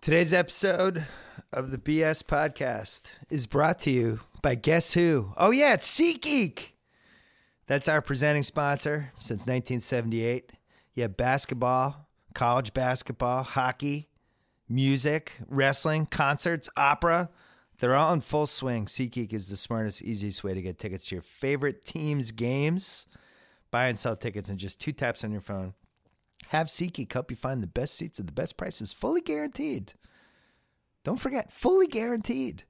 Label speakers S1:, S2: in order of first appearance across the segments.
S1: Today's episode of the BS podcast is brought to you by guess who? Oh yeah, it's SeatGeek. That's our presenting sponsor since 1978. You have basketball, college basketball, hockey, music, wrestling, concerts, opera. They're all in full swing. SeatGeek is the smartest, easiest way to get tickets to your favorite team's games. Buy and sell tickets in just two taps on your phone. Have SeatGeek help you find the best seats at the best prices, fully guaranteed. Don't forget, fully guaranteed.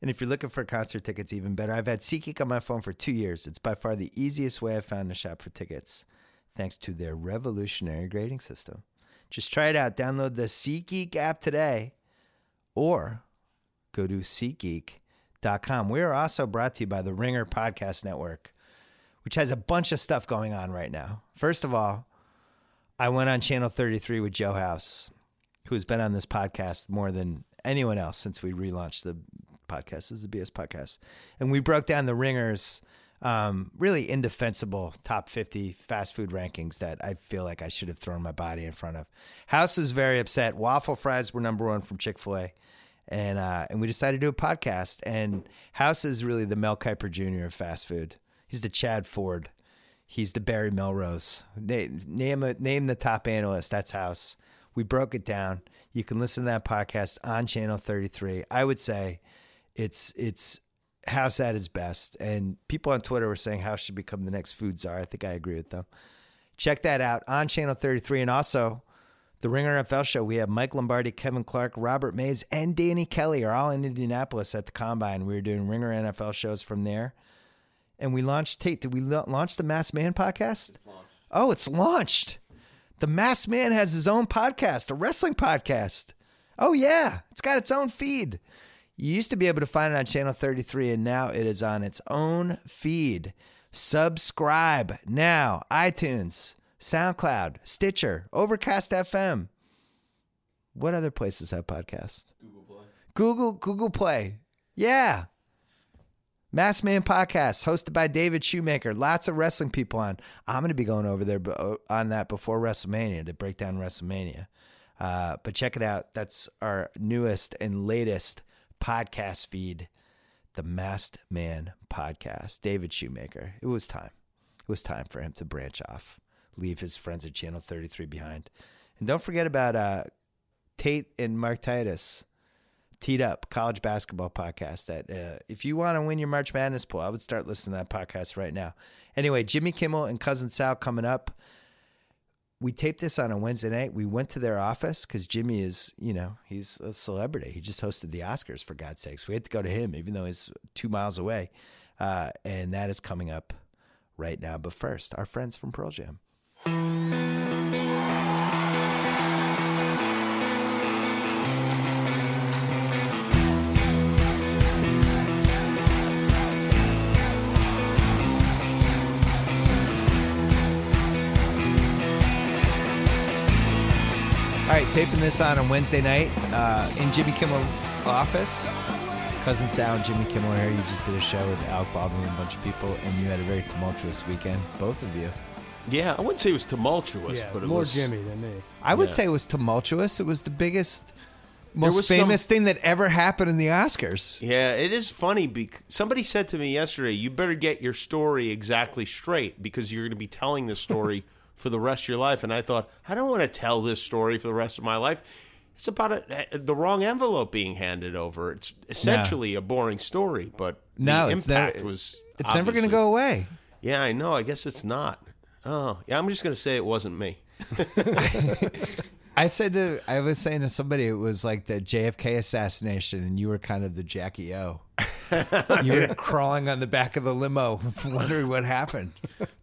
S1: And if you're looking for concert tickets, even better, I've had SeatGeek on my phone for two years. It's by far the easiest way I've found to shop for tickets, thanks to their revolutionary grading system. Just try it out. Download the SeatGeek app today or go to SeatGeek.com. We are also brought to you by the Ringer Podcast Network, which has a bunch of stuff going on right now. First of all, I went on Channel 33 with Joe House, who has been on this podcast more than anyone else since we relaunched the podcast. This is the BS podcast. And we broke down the Ringers. Um, really indefensible top 50 fast food rankings that I feel like I should have thrown my body in front of. House was very upset. Waffle fries were number one from Chick fil A. And, uh, and we decided to do a podcast. And House is really the Mel Kiper Jr. of fast food. He's the Chad Ford He's the Barry Melrose. Name name, a, name the top analyst. That's House. We broke it down. You can listen to that podcast on Channel 33. I would say it's it's House at his best. And people on Twitter were saying House should become the next food czar. I think I agree with them. Check that out on Channel 33 and also the Ringer NFL show. We have Mike Lombardi, Kevin Clark, Robert Mays, and Danny Kelly are all in Indianapolis at the combine. We were doing Ringer NFL shows from there and we launched Tate. Did we la- launch the Mass Man podcast? Oh, it's launched. The Mass Man has his own podcast, a wrestling podcast. Oh yeah, it's got its own feed. You used to be able to find it on channel 33 and now it is on its own feed. Subscribe now. iTunes, SoundCloud, Stitcher, Overcast FM. What other places have podcasts? Google Play. Google Google Play. Yeah. Mass Man Podcast, hosted by David Shoemaker. Lots of wrestling people on. I'm going to be going over there uh, on that before WrestleMania to break down WrestleMania. Uh, but check it out. That's our newest and latest podcast feed, the Masked Man Podcast. David Shoemaker. It was time. It was time for him to branch off, leave his friends at Channel 33 behind. And don't forget about uh, Tate and Mark Titus. Teed Up College Basketball Podcast. That uh, if you want to win your March Madness pool, I would start listening to that podcast right now. Anyway, Jimmy Kimmel and Cousin Sal coming up. We taped this on a Wednesday night. We went to their office because Jimmy is, you know, he's a celebrity. He just hosted the Oscars for God's sakes. We had to go to him, even though he's two miles away. Uh, and that is coming up right now. But first, our friends from Pearl Jam. All right, taping this on a Wednesday night uh, in Jimmy Kimmel's office. Cousin Sal and Jimmy Kimmel are here. You just did a show with Alec Baldwin and a bunch of people, and you had a very tumultuous weekend, both of you.
S2: Yeah, I wouldn't say it was tumultuous,
S3: Yeah,
S2: but it
S3: more
S2: was
S3: Jimmy than me.
S1: I would
S2: Yeah.
S1: say it was tumultuous. It was the biggest,
S2: was
S1: most
S2: some-
S1: famous thing that ever happened in the Oscars.
S2: Yeah, it is funny. Bec- somebody said to me yesterday, "You better get your story exactly straight because you're going to be telling this story for the rest of your life." And I thought, I don't want to tell this story for the rest of my life. It's about a, the wrong envelope being handed over. It's essentially a boring story, but
S1: No,
S2: the
S1: it's
S2: impact
S1: never-
S2: was.
S1: It's never going to
S2: obviously-
S1: go away.
S2: Yeah, I know. I guess it's not. Oh, yeah. I'm just going to say it wasn't me.
S1: I said to, I was saying to somebody, it was like the JFK assassination, and you were kind of the Jackie O. you were crawling on the back of the limo, wondering what happened.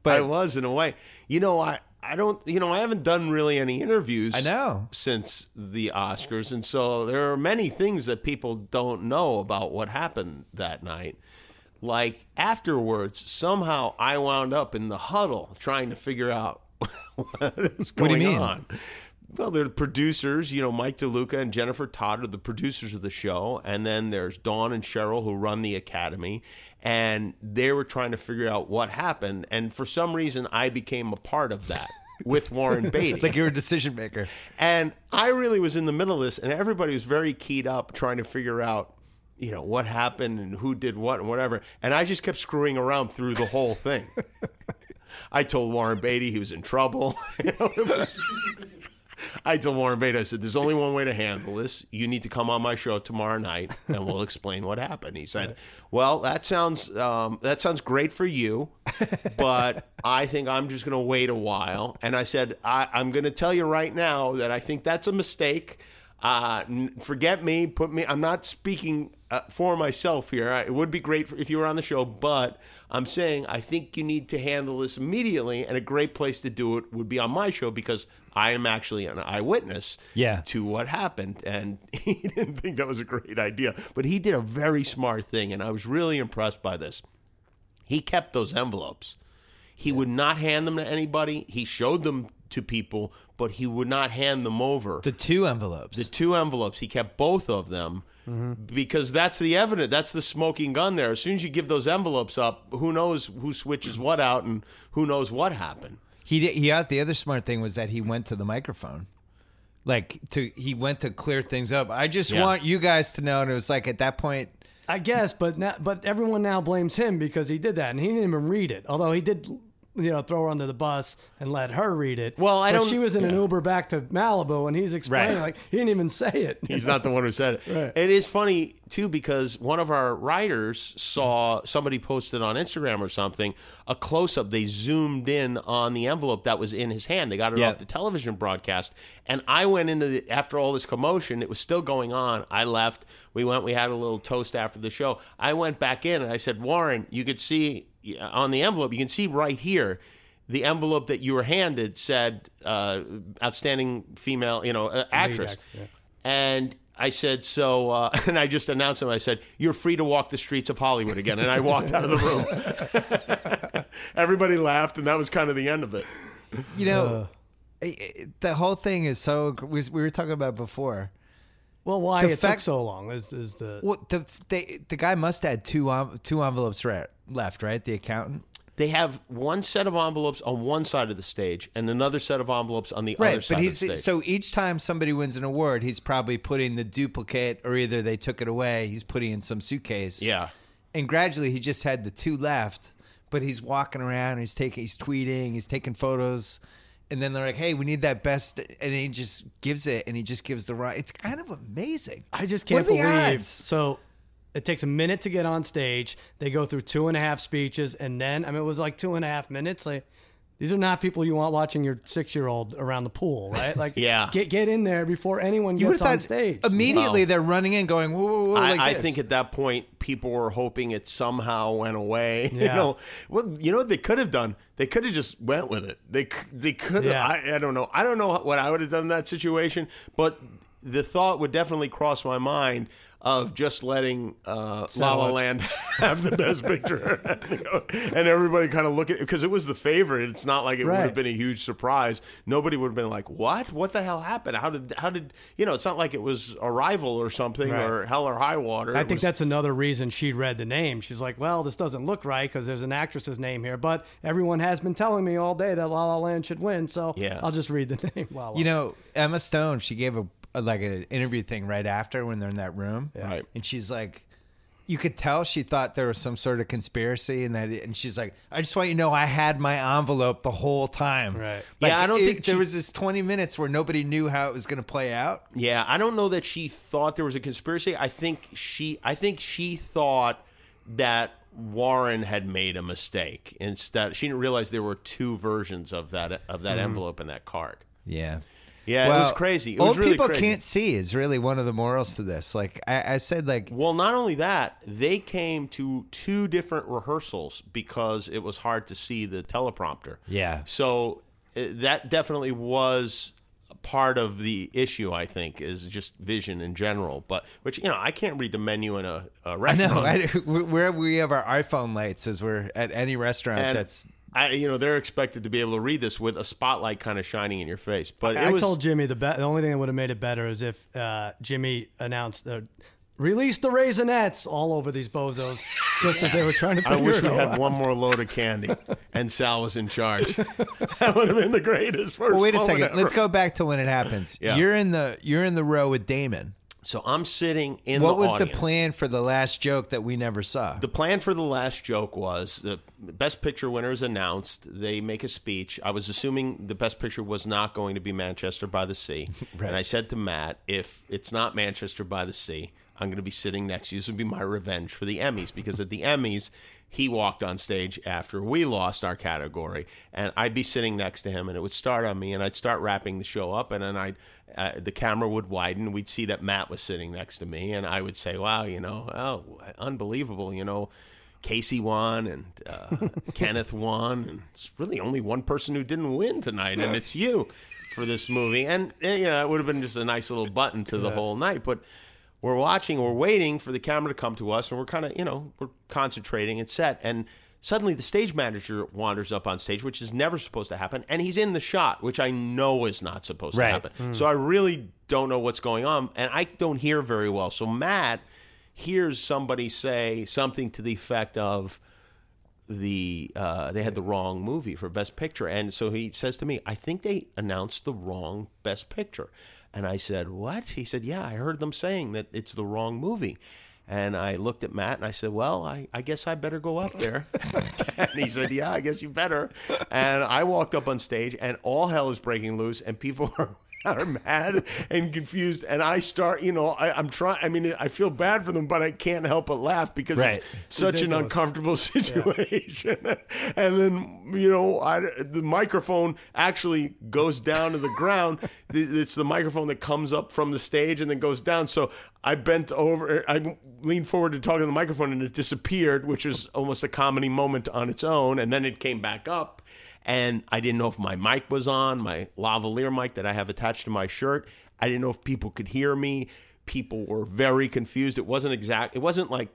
S2: but I was in a way. You know, I I don't. You know, I haven't done really any interviews.
S1: I know.
S2: since the Oscars, and so there are many things that people don't know about what happened that night. Like afterwards, somehow I wound up in the huddle trying to figure out what is
S1: What
S2: going
S1: do you mean?
S2: on. Well, they're the producers, you know, Mike DeLuca and Jennifer Todd are the producers of the show. And then there's Dawn and Cheryl who run the academy. And they were trying to figure out what happened. And for some reason, I became a part of that. with Warren Beatty.
S1: Like you're a decision maker.
S2: And I really was in the middle of this, and everybody was very keyed up trying to figure out, you know, what happened and who did what and whatever. And I just kept screwing around through the whole thing. I told Warren Beatty he was in trouble. You know, it was- I told Warren Beatty, I said, there's only one way to handle this. You need to come on my show tomorrow night and we'll explain what happened. He said, well, that sounds, um, that sounds great for you, but I think I'm just going to wait a while. And I said, I, I'm going to tell you right now that I think that's a mistake. Uh, n- forget me, put me, I'm not speaking uh, for myself here. I, it would be great if you were on the show, but I'm saying I think you need to handle this immediately, and a great place to do it would be on my show because I am actually an eyewitness
S4: Yeah.
S2: to what happened. And he didn't think that was a great idea, but he did a very smart thing, and I was really impressed by this. He kept those envelopes. He would not hand them to anybody. He showed them to people, but he would not hand them over
S4: The two envelopes.
S2: the two envelopes. He kept both of them because that's the evidence. That's the smoking gun there. As soon as you give those envelopes up, who knows who switches what out and who knows what happened.
S1: He did, he asked, the other smart thing was that he went to the microphone. Like to he went to clear things up. I just
S2: Yeah.
S1: want you guys to know and it was like at that point
S3: I guess, but now, but everyone now blames him because he did that, and he didn't even read it. Although he did, you know, throw her under the bus and let her read it.
S2: Well, I
S3: But
S2: don't-
S3: She was in an Uber back to Malibu, and he's explaining
S2: Right.
S3: like he didn't even say it.
S2: He's not the one who said it.
S3: Right.
S2: It is funny too because one of our writers saw somebody posted on Instagram or something a close up. They zoomed in on the envelope that was in his hand. They got it
S1: Yeah.
S2: off the television broadcast, and I went into the after all this commotion. It was still going on. I left. We went. We had a little toast after the show. I went back in and I said, Warren, you could see yeah, on the envelope. You can see right here the envelope that you were handed said uh, outstanding female, you know, uh, actress. And I said, so, uh, and I just announced him. I said, you're free to walk the streets of Hollywood again. And I walked out of the room. Everybody laughed, and that was kind of the end of it.
S1: you know i- i- the whole thing is so we, we were talking about before.
S3: Well, why
S1: The
S3: it took
S1: fact-
S3: so long is is the
S1: Well, the they, the guy must have had two en- two envelopes re- left, right? The accountant.
S2: They have one set of envelopes on one side of the stage and another set of envelopes on the other
S1: Right,
S2: side
S1: but
S2: of the stage.
S1: he's so each time somebody wins an award, he's probably putting the duplicate, or either they took it away, he's putting it in some suitcase.
S2: Yeah.
S1: and gradually he just had the two left, but he's walking around, he's taking, he's tweeting, he's taking photos, and then they're like, "Hey, we need that best," and he just gives it, and he just gives the right. It's kind of amazing.
S3: I just
S1: What
S3: can't
S1: are the
S3: believe.
S1: odds?
S3: So it takes a minute to get on stage. They go through two and a half speeches, and then I mean it was like two and a half minutes. Like these are not people you want watching your six year old around the pool, right? Like
S2: Yeah.
S3: get get in there before anyone
S1: You would
S3: gets
S1: have
S3: on
S1: thought
S3: stage.
S1: immediately they're running in, going, "Whoa, whoa, whoa!"
S2: I,
S1: like
S2: I
S1: this.
S2: think at that point people were hoping it somehow went away. You
S3: Yeah.
S2: know, well, you know what they could have done? They could have just went with it. They c- they could.
S3: Yeah.
S2: I, I don't know. I don't know what I would have done in that situation, but the thought would definitely cross my mind of just letting uh, La La
S3: it.
S2: Land have the best picture, and everybody kind of look at because it was the favorite. It's not like it would have
S3: Right.
S2: been a huge surprise. Nobody would have been like, "What? What the hell happened? How did? How did? You know, it's not like it was Arrival or something
S3: Right.
S2: or Hell or High Water."
S3: I
S2: It
S3: think
S2: was-
S3: that's another reason she read the name. She's like, well, this doesn't look right because there's an actress's name here, but everyone has been telling me all day that La La Land should win, so
S2: Yeah.
S3: I'll just read the name. La La.
S1: You know, Emma Stone, she gave a, a- like an interview thing right after when they're in that room.
S2: Right.
S1: And she's like you could tell she thought there was some sort of conspiracy and that and she's like I just want you to know I had my envelope the whole time.
S3: Right.
S1: Like,
S2: Yeah, I don't
S1: it-
S2: think
S1: there
S2: she-
S1: was this 20 minutes where nobody knew how it was going to play out.
S2: Yeah, I don't know that she thought there was a conspiracy. I think she I think she thought that Warren had made a mistake. Instead, she didn't realize there were two versions of that of
S3: Mm-hmm.
S2: that envelope and that card.
S1: Yeah.
S2: Yeah, it was crazy. It
S1: old
S2: was really
S1: people
S2: crazy.
S1: can't see is really one of the morals to this. Like I, I said, like
S2: Well, not only that, they came to two different rehearsals because it was hard to see the teleprompter.
S1: Yeah.
S2: So uh, that definitely was part of the issue. I think is just vision in general, but which you know I can't read the menu in a, a restaurant.
S1: no, I, wherever we have our iPhone lights is we're at any restaurant
S2: and
S1: that's
S2: I, you know, they're expected to be able to read this with a spotlight kind of shining in your face. But it
S3: I
S2: was
S3: told Jimmy the, be- the only thing that would have made it better is if uh, Jimmy announced uh, release the Raisinets all over these bozos just as they were trying to
S2: I
S3: figure
S2: wish
S3: it
S2: we
S3: all
S2: had
S3: out.
S2: one more load of candy and Sal was in charge. that would have been the greatest. First
S1: Well, wait a
S2: moment
S1: second.
S2: ever.
S1: Let's go back to when it happens.
S2: Yeah.
S1: You're in the you're in the row with Damon.
S2: So I'm sitting in
S1: What
S2: the
S1: was
S2: audience.
S1: the plan for the last joke that we never saw?
S2: The plan for the last joke was the best picture winner is announced. They make a speech. I was assuming the best picture was not going to be Manchester by the Sea. And I said to Matt, if it's not Manchester by the Sea, I'm going to be sitting next to you. This would be my revenge for the Emmys because at the Emmys, he walked on stage after we lost our category. And I'd be sitting next to him and it would start on me and I'd start wrapping the show up and then I'd. Uh, the camera would widen. We'd see that Matt was sitting next to me, and I would say, "Wow, you know, oh, unbelievable, you know, Casey won and uh, Kenneth won, and it's really only one person who didn't win tonight, and it's you for this movie. And eh, you know, it would have been just a nice little button to the whole night. But we're watching, we're waiting for the camera to come to us, and we're kind of, you know, we're concentrating and set. And suddenly, the stage manager wanders up on stage, which is never supposed to happen, and he's in the shot, which I know is not supposed
S4: Right.
S2: to happen. So I really don't know what's going on, and I don't hear very well. So Matt hears somebody say something to the effect of the uh, they had the wrong movie for best picture and so he says to me i think they announced the wrong best picture and i said what he said yeah i heard them saying that it's the wrong movie and i looked at matt and i said well i, I guess i better go up there and he said yeah i guess you better and i walked up on stage and all hell is breaking loose and people are are mad and confused and i start you know I, i'm trying i mean i feel bad for them but i can't help but laugh because
S4: Right.
S2: it's such an uncomfortable situation and then you know I, the microphone actually goes down to the ground Th- it's the microphone that comes up from the stage and then goes down so i bent over i leaned forward to talk to the microphone and it disappeared which is almost a comedy moment on its own and then it came back up and I didn't know if my mic was on, my lavalier mic that I have attached to my shirt. I didn't know if people could hear me. People were very confused. It wasn't exact. It wasn't like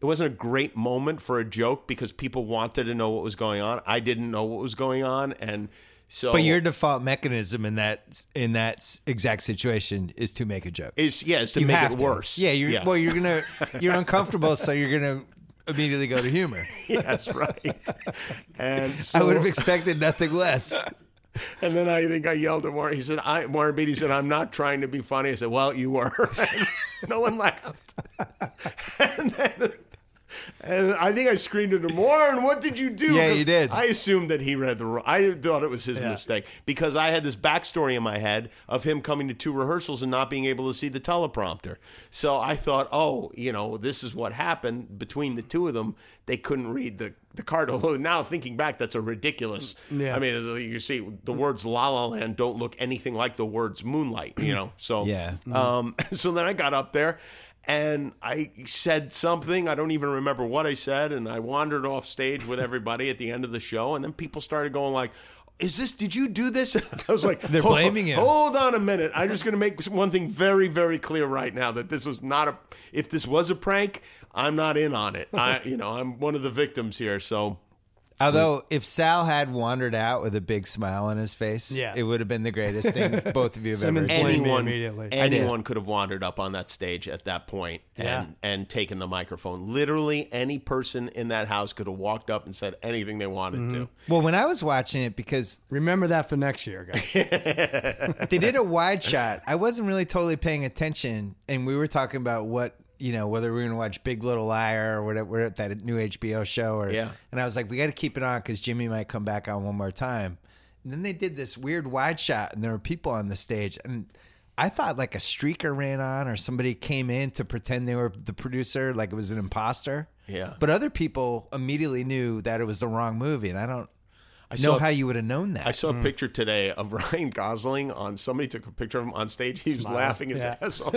S2: it wasn't a great moment for a joke because people wanted to know what was going on. I didn't know what was going on, and so
S1: But your default mechanism in that in that s- exact situation is to make a joke.
S2: is yeah, it's to
S1: you
S2: make
S1: have
S2: it
S1: to.
S2: worse.
S1: Yeah, you're, well, you're gonna you're uncomfortable, so you're gonna immediately go to humor.
S2: yes, right. And so,
S1: I would have expected nothing less.
S2: And then I think I yelled at Warren. He said, I, Warren Beatty said, I'm not trying to be funny. I said, Well, you were. no one laughed. and then. And I think I screamed at him, Warren, what did you do?
S1: Yeah, you
S2: 'Cause
S1: did.
S2: I assumed that he read the wrong. I thought it was his mistake because I had this backstory in my head of him coming to two rehearsals and not being able to see the teleprompter. So I thought, oh, you know, this is what happened between the two of them. They couldn't read the the card. Although now thinking back, that's a ridiculous.
S3: Yeah.
S2: I mean, as you see, the words La La Land don't look anything like the words Moonlight. You know, so
S1: Yeah.
S2: um, so then I got up there and I said something. I don't even remember what I said. And I wandered off stage with everybody at the end of the show. And then people started going like, is this, did you do this? And I was like,
S1: They're
S2: "Hold-
S1: blaming him."
S2: Hold on a minute. I'm just going to make one thing very, very clear right now that this was not a, if this was a prank, I'm not in on it. I, you know, I'm one of the victims here. So
S1: Although, if Sal had wandered out with a big smile on his face,
S3: Yeah.
S1: it would have been the greatest thing both of you have ever
S3: Simmons
S1: achieved.
S3: blamed me
S2: anyone
S3: immediately.
S2: anyone could have wandered up on that stage at that point and
S3: Yeah.
S2: and taken the microphone. Literally any person in that house could have walked up and said anything they wanted to.
S3: Mm-hmm.
S1: Well, when I was watching it, because
S3: Remember that for next year, guys.
S1: they did a wide shot, I wasn't really totally paying attention, and we were talking about what you know whether we were going to watch Big Little Liar or whatever that new HBO show, or
S2: Yeah.
S1: And I was like, we got to keep it on because Jimmy might come back on one more time. And then they did this weird wide shot, and there were people on the stage, and I thought like a streaker ran on or somebody came in to pretend they were the producer, like it was an imposter.
S2: Yeah.
S1: But other people immediately knew that it was the wrong movie, and I don't know
S2: saw-
S1: how you would have known that.
S2: I saw
S3: Mm-hmm.
S2: a picture today of Ryan Gosling on somebody took a picture of him on stage. He was laughing his
S3: Yeah.
S2: ass off.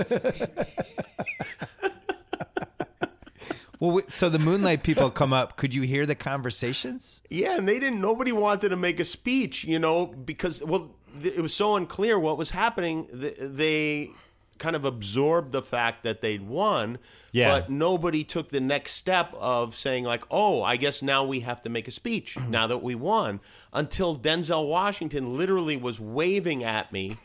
S1: Well, wait, so the Moonlight people come up. Could you hear the conversations?
S2: Yeah, and they didn't. Nobody wanted to make a speech, you know, because well, th- it was so unclear what was happening. Th- They kind of absorbed the fact that they'd won,
S4: Yeah.
S2: but nobody took the next step of saying like, "Oh, I guess now we have to make a speech now that we won." Until Denzel Washington literally was waving at me,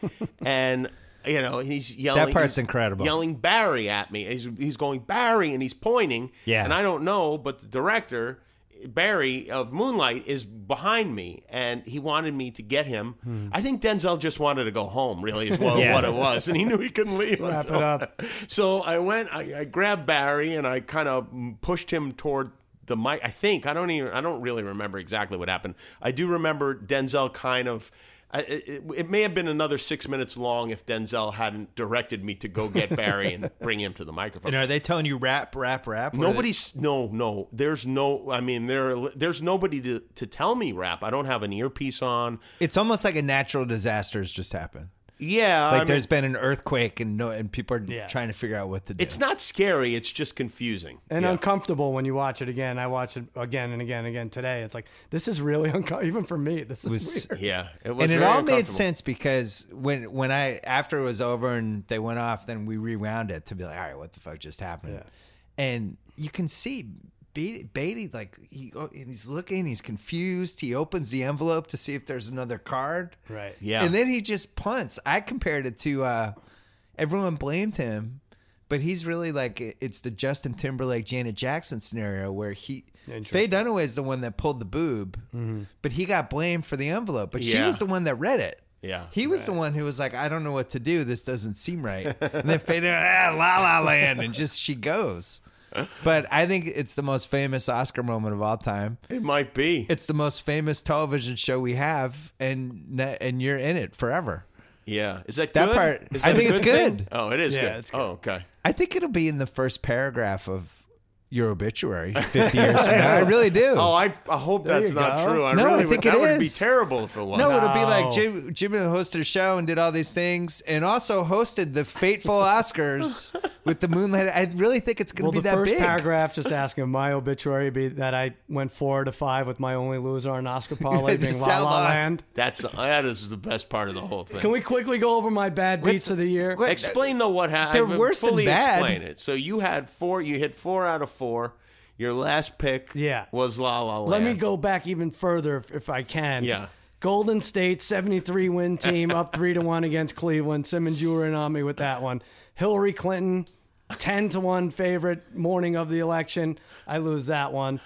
S2: and you know, he's yelling.
S1: That part's
S2: he's
S1: incredible.
S2: Yelling Barry at me. He's he's going Barry, and he's pointing.
S1: Yeah.
S2: And I don't know, but the director Barry of Moonlight is behind me, and he wanted me to get him. I think Denzel just wanted to go home. Really, is what,
S1: Hmm. Yeah.
S2: what it was, and he knew he couldn't leave.
S3: Wrap it
S2: until-
S3: up.
S2: So I went. I, I grabbed Barry, and I kind of pushed him toward. The mic, I think I don't even I don't really remember exactly what happened. I do remember Denzel kind of I, it, it may have been another six minutes long if Denzel hadn't directed me to go get Barry and bring him to the microphone.
S1: And are they telling you rap, rap, rap? or are they-
S2: Nobody's no no. There's no. I mean there there's nobody to to tell me rap. I don't have an earpiece on.
S1: It's almost like a natural disaster has just happened.
S2: Yeah,
S1: Like
S2: I mean,
S1: there's been an earthquake and no, and people are
S3: Yeah.
S1: trying to figure out what to do.
S2: It's not scary. It's just confusing.
S3: and
S2: Yeah.
S3: uncomfortable when you watch it again. I watch it again and again and again today. It's like this is really uncomfortable, even for me. This is
S1: was-
S3: weird.
S2: yeah, it
S1: and
S2: was
S1: it
S2: very
S1: all made
S2: uncomfortable.
S1: sense because when when I after it was over and they went off, then we rewound it to be like, all right, what the fuck just happened? And you can see Be- Beatty like he go- and he's looking, he's confused. He opens the envelope to see if there's another card,
S3: Right.
S2: Yeah.
S1: And then he just punts. I compared it to uh, everyone blamed him, but he's really like it's the Justin Timberlake Janet Jackson scenario where he Faye
S3: Interesting.
S1: Dunaway is the one that pulled the boob, but he got blamed for the envelope. But she
S2: Mm-hmm. Yeah.
S1: was the one that read it.
S2: Yeah.
S1: He was the one who was like, I don't know what to do. This doesn't seem right. And then Faye, Dunaway, ah, la la land, and just she goes. But I think it's the most famous Oscar moment of all time
S2: It might be.
S1: it's the most famous television show we have, and and you're in it forever.
S2: Yeah. Is that
S1: That
S2: good?
S1: part-
S2: Is
S1: I
S2: that a
S1: think it's
S2: thing?
S1: good.
S2: Oh, it is
S3: Yeah,
S2: good.
S3: it's good.
S2: Oh, okay.
S1: I think it'll be in the first paragraph of your obituary 50 years from now. I really do.
S2: Oh, I, I hope that's
S3: you
S2: not
S3: go.
S2: true. I
S1: No, I
S2: really
S1: think
S2: would, that
S1: it
S2: would be
S1: is.
S2: terrible if it was.
S1: no, it'll be
S3: No.
S1: like Jim, Jimmy hosted a show and did all these things, and also hosted the fateful Oscars with the Moonlight. I really think it's going
S3: Well,
S1: to
S3: the
S1: be that
S3: first
S1: big.
S3: paragraph just asking my obituary be that I went four to five with my only loser on Oscar Pauly being La
S1: Sound
S3: La
S1: lost.
S3: Land.
S2: That's uh, that is the best part of the whole thing.
S3: Can we quickly go over my bad beats of the year?
S1: What-
S2: explain though what happened?
S1: They're worse than
S2: fully
S1: bad.
S2: Explain it. So you had four. You hit four out of four. Your last pick,
S3: Yeah.
S2: was La La Land.
S3: Let me go back even further if, if I can.
S2: Yeah.
S3: Golden State 73 win team up 3 to 1 against Cleveland. Simmons, you were in on me with that one. Hillary Clinton 10 to 1 favorite morning of the election. I lose that one.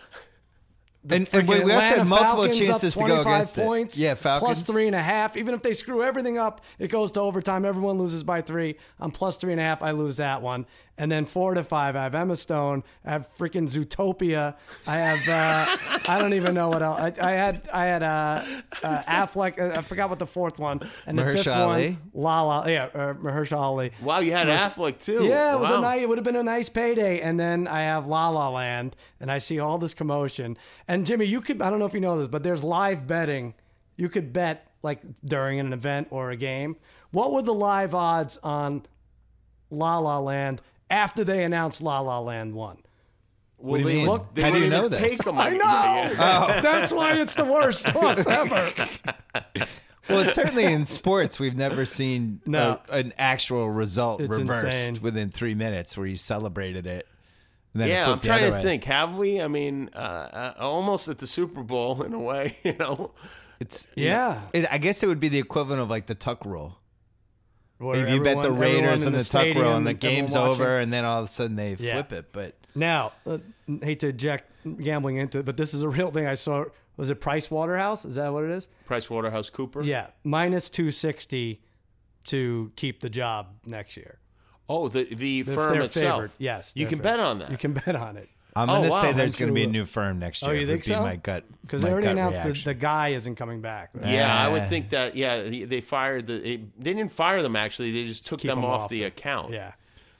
S1: and, and wait, we also
S3: Atlanta
S1: had multiple
S3: Falcons up
S1: chances to go
S3: 25
S1: against
S3: points,
S1: it. Yeah, Falcons.
S3: Plus three and a half. Even if they screw everything up, it goes to overtime. Everyone loses by three. I'm plus three and a half. I lose that one. And then four to five, I have Emma Stone. I have freaking Zootopia. I have, uh, I don't even know what else. I, I had, I had uh, uh, Affleck. Uh, I forgot what the fourth one. And the fifth
S1: Mahershala Ali?
S3: one, La La. Yeah, uh, Mahershala Ali.
S2: Wow, you had Affleck too.
S3: Yeah, it was
S2: Wow.
S3: a nice. It would have been a nice payday. And then I have La La Land, and I see all this commotion. And Jimmy, you could. I don't know if you know this, but there's live betting. You could bet like during an event or a game. What were the live odds on La La Land after they announced La La Land won?
S2: Well,
S1: do you
S2: they
S1: mean?
S2: look- they
S1: How do you
S2: wouldn't
S1: know
S2: even
S1: this?
S2: Take them.
S3: I know. That's why it's the worst loss ever.
S1: Well, it's certainly in sports we've never seen
S3: No.
S1: a- an actual result
S3: It's
S1: reversed
S3: insane.
S1: within three minutes where you celebrated it. And then it
S2: Yeah, I'm
S1: flipped the
S2: trying
S1: other
S2: to
S1: way.
S2: think. Have we? I mean, uh, uh, almost at the Super Bowl in a way. You know,
S1: It's
S3: Yeah.
S1: It, I guess it would be the equivalent of like the tuck rule.
S3: Where
S1: If you bet the
S3: everyone-
S1: Raiders
S3: everyone
S1: and
S3: in
S1: the, tuck rule
S3: stadium,
S1: and the
S3: everyone
S1: game's
S3: watching.
S1: over, and then all of a sudden they
S3: Yeah.
S1: flip it. But
S3: Now, uh, hate to inject gambling into it, but this is a real thing I saw. Was it Price Waterhouse? Is that what it is?
S2: Price Waterhouse Cooper.
S3: Yeah, minus 260 to keep the job next year.
S2: Oh, the the
S3: If
S2: firm
S3: they're
S2: itself.
S3: favored, yes.
S2: you
S3: they're
S2: can
S3: favored.
S2: bet on that.
S3: You can bet on it.
S1: I'm
S2: Oh,
S1: going to
S2: wow.
S1: say there's going to be a
S3: True.
S1: new firm next year.
S3: Oh, you
S1: would
S3: think
S1: be
S3: so?
S1: My gut.
S3: Because
S1: my
S3: they already
S1: gut
S3: announced that
S1: reaction.
S3: the guy isn't coming back. right?
S2: Yeah, I
S1: Yeah.
S2: would think that. Yeah, they they fired the. It, they didn't fire them actually. They just took them,
S3: them
S2: off,
S3: off
S2: the
S3: the-
S2: account.
S3: Yeah,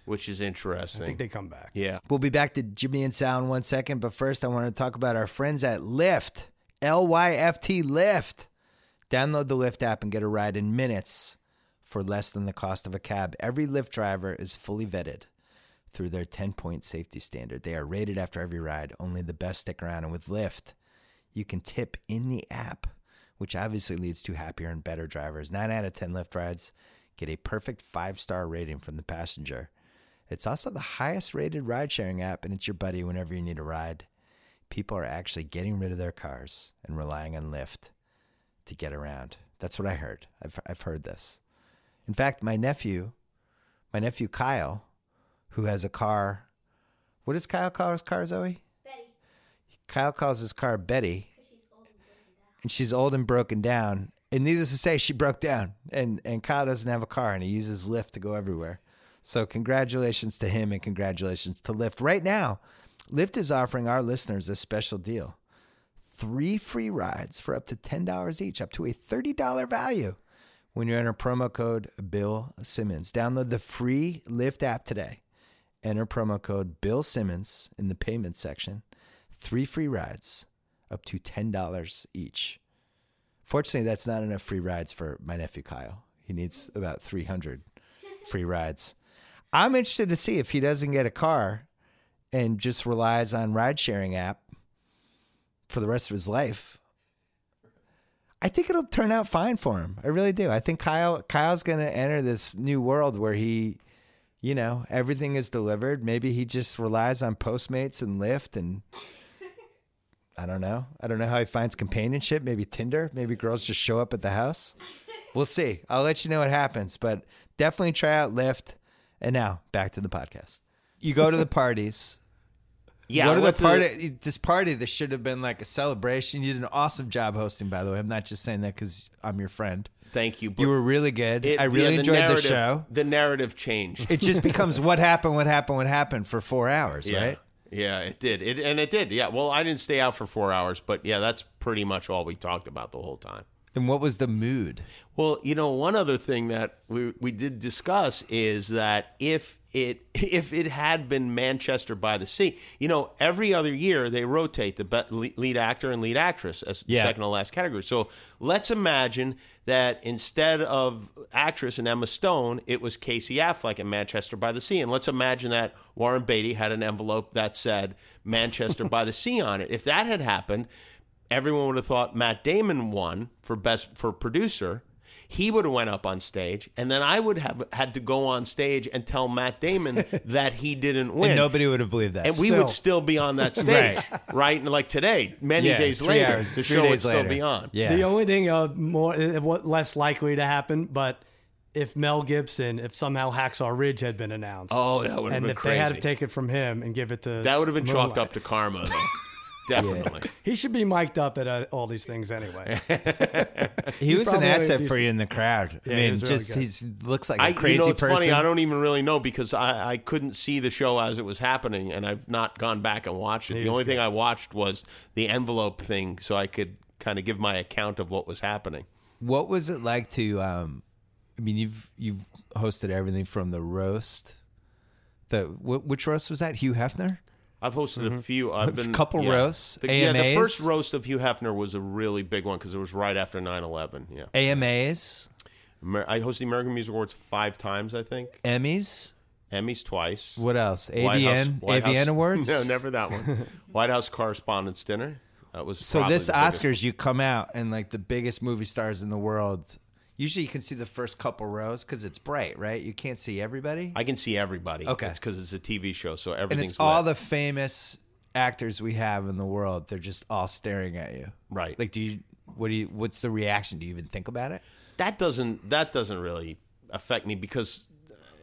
S2: which is
S3: I
S2: interesting.
S3: think they come back.
S2: yeah,
S4: We'll be back to Jimmy and Sal in one second, but first I want to talk about our friends at Lyft. L Y F T Lyft. Download the Lyft app and get a ride in minutes for less than the cost of a cab. Every Lyft driver is fully vetted through their 10 point safety standard. They are rated after every ride. Only the best stick around. And with Lyft, you can tip in the app, which obviously leads to happier and better drivers. Nine out of 10 Lyft rides get a perfect five star rating from the passenger. It's also the highest rated ride sharing app, and it's your buddy whenever you need a ride. People are actually getting rid of their cars and relying on Lyft to get around. That's what I heard. I've, I've heard this. In fact, my nephew, my nephew Kyle, who has a car. What does Kyle call his car, Zoe?
S5: Betty,
S4: Kyle calls his car Betty,
S5: because she's old and broken down.
S4: and she's old and broken down. And needless to say, she broke down. And and Kyle doesn't have a car, and he uses Lyft to go everywhere. So congratulations to him, and congratulations to Lyft. Right now, Lyft is offering our listeners a special deal: three free rides for up to ten dollars each, up to a thirty dollar value. When you enter promo code Bill Simmons, download the free Lyft app today. Enter promo code Bill Simmons in the payment section. Three free rides, up to ten dollars each. Fortunately, that's not enough free rides for my nephew Kyle. He needs about 300 free rides. I'm interested to see if he doesn't get a car and just relies on ride sharing app for the rest of his life. I think it'll turn out fine for him. I really do. I think Kyle Kyle's going to enter this new world where he, you know, everything is delivered. Maybe he just relies on Postmates and Lyft and I don't know. I don't know how he finds companionship. Maybe Tinder. Maybe girls just show up at the house. We'll see. I'll let you know what happens, but definitely try out Lyft. And now back to the podcast.
S1: You go to the parties.
S2: Yeah,
S1: what
S2: I
S1: are the
S2: went to
S1: party? This party that should have been like a celebration. You did an awesome job hosting, by the way. I'm not just saying that because I'm your friend.
S2: Thank you.
S1: You were really good. I really enjoyed the show.
S2: The narrative changed.
S1: It just becomes what happened, what happened, what happened for four hours,
S2: yeah.
S1: right?
S2: Yeah, it did. It and it did. Yeah. Well, I didn't stay out for four hours, but yeah, that's pretty much all we talked about the whole time.
S1: And what was the mood?
S2: Well, you know, one other thing that we we did discuss is that if it if it had been Manchester by the Sea, you know, every other year they rotate the be- le- lead actor and lead actress as the
S1: Yeah.
S2: second to last category. So let's imagine that instead of actress and Emma Stone, it was Casey Affleck in Manchester by the Sea, and let's imagine that Warren Beatty had an envelope that said Manchester by the Sea on it. If that had happened everyone would have thought Matt Damon won for best for producer. He would have went up on stage, and then I would have had to go on stage and tell Matt Damon that he didn't win.
S1: And nobody would have believed that.
S2: And we would still be on that stage, right? And like today, many
S1: Yeah,
S2: days
S1: three
S2: later,
S1: hours,
S2: the
S1: three
S2: show would
S1: days
S2: still
S1: later.
S2: be on.
S1: Yeah.
S3: The only thing uh, more uh, what less likely to happen, but if Mel Gibson, if somehow Hacksaw Ridge had been announced,
S2: Oh, that would have
S3: and
S2: been
S3: if
S2: crazy.
S3: they had to take it from him and give it to
S2: that would have been chalked
S3: Moonlight.
S2: up to karma, though. Definitely.
S3: He should be mic'd up at uh, all these things anyway.
S1: he was an
S3: probably had
S1: asset
S3: these-
S1: for you in the crowd. I
S3: he
S1: mean,
S3: was really
S1: just
S3: good.
S1: he's looks like a
S2: I,
S1: crazy
S2: you know, it's
S1: person.
S2: funny. I don't even really know because I, I couldn't see the show as it was happening, and I've not gone back and watched it. the only thing I watched was the envelope thing, so I could kind of give my account of what was happening.
S1: What was it like to? Um, I mean, you've you've hosted everything from the roast. The wh- which roast was that? Hugh Hefner.
S2: I've hosted a few. I've been
S1: couple
S2: yeah.
S1: roasts,
S2: The, yeah, the
S1: AMAs.
S2: first roast of Hugh Hefner was a really big one because it was right after 9-11. Yeah,
S1: AMAs,
S2: Amer- I hosted the American Music Awards five times, I think.
S1: Emmys.
S2: Emmys twice.
S1: What else?
S2: White House-
S1: AVN,
S2: White
S1: AVN
S2: House-
S1: awards.
S2: No, never that one. White House Correspondents' Dinner. That was
S1: So
S2: probably
S1: this
S2: the biggest
S1: Oscars, you come out and like the biggest movie stars in the world. Usually, you can see the first couple rows because it's bright, right? You can't see everybody,
S2: I can see everybody.
S1: Okay.
S2: it's because it's a TV show, so
S1: and
S2: everything's
S1: it's all
S2: lit.
S1: the famous actors we have in the world. They're just all staring at you.
S2: Right.
S1: Like, do you? What do you? What's the reaction? Do you even think about it?
S2: that doesn't that doesn't really affect me because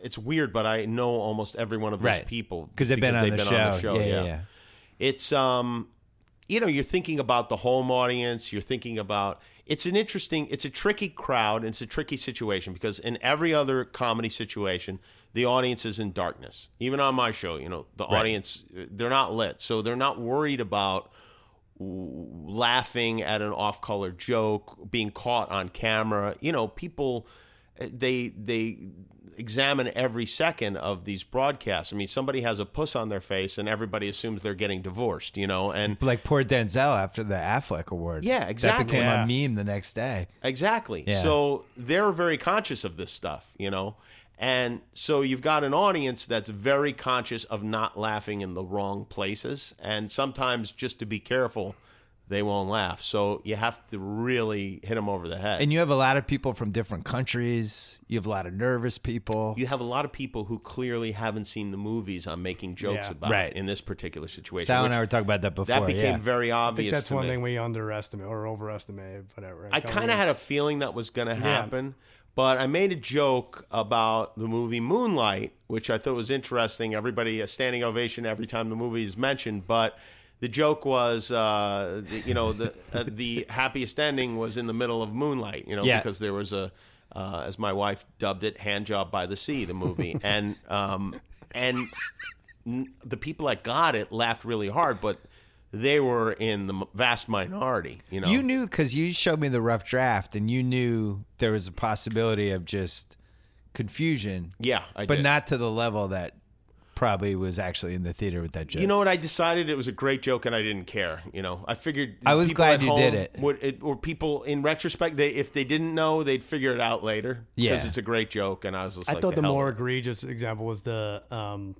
S2: it's weird, but I know almost every one of those
S1: Right.
S2: people
S1: because they've been, on, the show. Yeah, yeah, yeah.
S2: It's um, you know, you're thinking about the home audience. You're thinking about it's an interesting, it's a tricky crowd, and it's a tricky situation because in every other comedy situation, the audience is in darkness. Even on my show, you know, the audience they're not lit, so they're not worried about laughing at an off-color joke, being caught on camera. You know, people eh, they they examine every second of these broadcasts. I mean, somebody has a puss on their face, and everybody assumes they're getting divorced. You know, and
S1: But like poor Denzel after the Affleck Award.
S2: Yeah, exactly.
S1: That became
S2: Yeah.
S1: a meme the next day.
S2: Exactly.
S1: Yeah.
S2: So they're very conscious of this stuff, you know? And so you've got an audience that's very conscious of not laughing in the wrong places. And sometimes just to be careful, they won't laugh. So you have to really hit them over the head.
S1: And you have a lot of people from different countries. You have a lot of nervous people.
S2: you have a lot of people who clearly haven't seen the movies I'm making jokes
S3: Yeah.
S2: about
S1: Right.
S2: in this particular situation.
S1: Sal and
S2: which
S1: I were talking about that before.
S2: that became
S1: yeah.
S2: very obvious.
S3: That's
S2: to
S3: one
S2: me.
S3: thing we underestimate or overestimate, whatever.
S2: I kind of had a feeling that was going to happen, But I made a joke about the movie Moonlight, which I thought was interesting. Everybody a standing ovation every time the movie is mentioned, but the joke was, uh, the, you know, the uh, the happiest ending was in the middle of Moonlight, you know,
S4: Yeah.
S2: because there was a, uh, as my wife dubbed it, "Hand Job by the Sea," the movie, and um, and n- the people that got it laughed really hard, but they were in the m- vast minority, you know.
S1: You knew because you showed me the rough draft, and you knew there was a possibility of just confusion.
S2: yeah, I
S1: but
S2: did.
S1: not to the level that probably was actually in the theater with that joke.
S2: You know what? I decided it was a great joke, and I didn't care. You know, I figured
S1: I was
S2: people
S1: glad
S2: at
S1: you
S2: home
S1: did it.
S2: Would it or people in retrospect, they if they didn't know, they'd figure it out later.
S1: Yeah.
S2: because it's a great joke, and I was just
S3: I
S2: like,
S3: thought the
S2: hell
S3: more
S2: with it.
S3: egregious example was the um,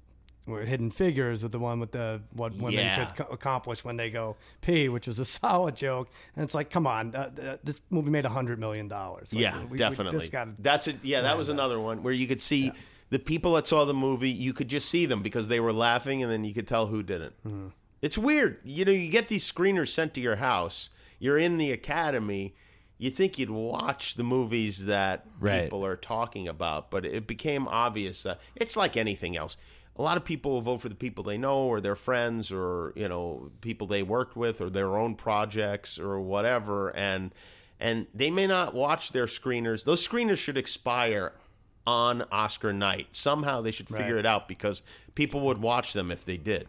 S3: where Hidden Figures with the one with the what women
S2: Yeah.
S3: could co- accomplish when they go pee, which was a solid joke. And it's like, come on, uh, uh, this movie made a hundred million dollars. Like,
S2: yeah,
S3: we- we-
S2: definitely.
S3: this gotta-
S2: That's it. Yeah, that was another one where you could see the people that saw the movie. You could just see them because they were laughing, and then you could tell who didn't.
S3: Mm-hmm.
S2: It's weird. You know, you get these screeners sent to your house. You're in the academy. You think you'd watch the movies that
S1: Right.
S2: people are talking about, but it became obvious that it's like anything else. A lot of people will vote for the people they know or their friends or, you know, people they worked with or their own projects or whatever and and they may not watch their screeners. Those screeners should expire on Oscar night. Somehow they should figure it out because people would watch them if they did.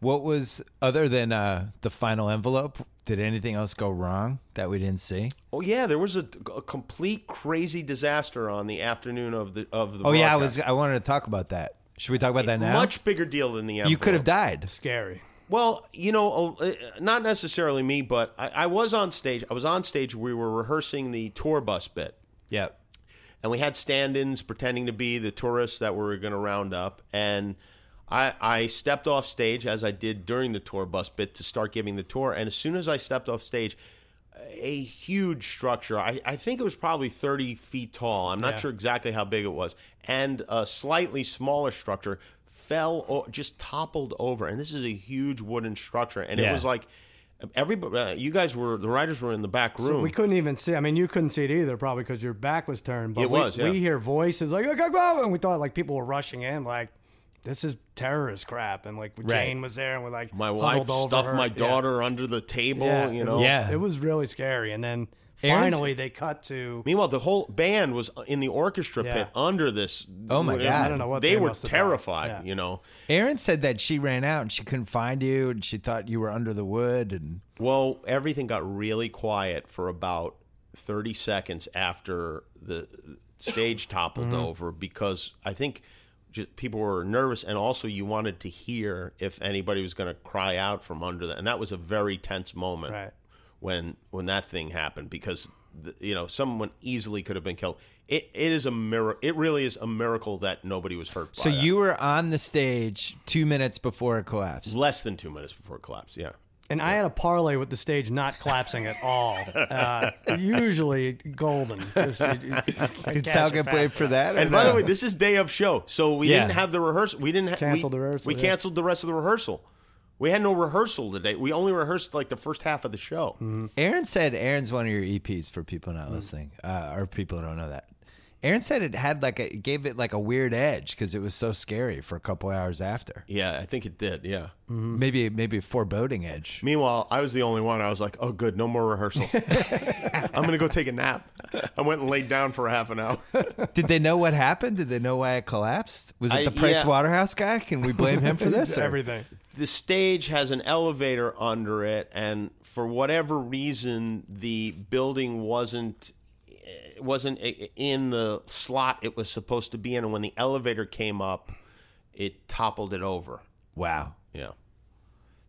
S1: what was other than uh, the final envelope? Did anything else go wrong that we didn't see?
S2: Oh yeah, there was a, a complete crazy disaster on the afternoon of the of the.
S1: Oh yeah, I
S2: broadcast.
S1: was. I wanted to talk about that. Should we talk about that now?
S2: much bigger deal than the.
S1: you
S2: envelope.
S1: could have died.
S3: scary.
S2: Well, you know, uh, not necessarily me, but I, I was on stage. I was on stage. We were rehearsing the tour bus bit,
S1: Yep.
S2: and we had stand-ins pretending to be the tourists that we were going to round up and I, I stepped off stage as I did during the tour bus bit to start giving the tour. And as soon as I stepped off stage, a huge structure, I, I think it was probably 30 feet tall. I'm not sure exactly how big it was. And a slightly smaller structure fell, o- just toppled over. And this is a huge wooden structure. And it
S1: Yeah.
S2: was like, everybody, uh, you guys were, the writers were in the back room.
S3: We couldn't even see. I mean, you couldn't see it either, probably because your back was turned. But
S2: It
S3: we,
S2: was, yeah.
S3: we hear voices like "Look, look, look," and we thought like people were rushing in, like this is terrorist crap. And like Jane was there, and we're like
S2: my wife
S3: huddled over
S2: stuffed
S3: her.
S2: my
S3: Yeah.
S2: daughter under the table,
S3: Yeah,
S2: you
S3: it
S2: know.
S3: was-
S1: Yeah.
S3: it was really scary. And then
S1: Aaron's-
S3: finally they cut to
S2: Meanwhile, the whole band was in the orchestra
S3: Yeah.
S2: pit under this.
S1: Oh, my God. I don't
S3: know what
S2: they,
S3: they
S2: were
S3: must have done.
S2: terrified.
S3: Yeah.
S2: You know,
S1: Aaron said that she ran out and she couldn't find you, and she thought you were under the wood. And
S2: well, everything got really quiet for about thirty seconds after the stage toppled
S3: Mm-hmm.
S2: over because I think just people were nervous and also you wanted to hear if anybody was going to cry out from under that, and that was a very tense moment
S3: Right.
S2: when when that thing happened because th you know someone easily could have been killed. It, it is a miracle. It really is a miracle that nobody was hurt.
S1: so
S2: by that.
S1: you were on the stage two minutes before it collapsed.
S2: less than two minutes before it collapsed. Yeah.
S3: and I had a parlay with the stage not collapsing at all. Uh, usually golden. Just, you- you- you
S1: Did
S3: catch
S1: Sal
S3: it
S1: get
S3: fast.
S1: blamed for that? or
S2: And by the
S1: no?
S2: way, this is day of show, so we
S1: Yeah.
S2: didn't have the rehearsal. We didn't ha-
S3: Canceled
S2: we,
S3: the rehearsal,
S2: We
S3: yeah.
S2: canceled the rest of the rehearsal. We had no rehearsal today. We only rehearsed like the first half of the show.
S1: Aaron said Aaron's one of your EPs for people not listening uh, or people who don't know that. Aaron said it had like a it gave it like a weird edge because it was so scary for a couple hours after.
S2: Yeah, I think it did. Yeah.
S1: Maybe maybe a foreboding edge.
S2: Meanwhile, I was the only one. I was like, "Oh, good, no more rehearsal. I'm gonna go take a nap." I went and laid down for half an hour.
S1: Did they know what happened? Did they know why it collapsed? Was it
S2: I-
S1: the Price
S2: yeah.
S1: Waterhouse guy? Can we blame him for this? or-
S3: Everything.
S2: the stage has an elevator under it, and for whatever reason, the building wasn't it wasn't i- in the slot it was supposed to be in, and when the elevator came up, it toppled it over.
S1: Wow.
S2: Yeah.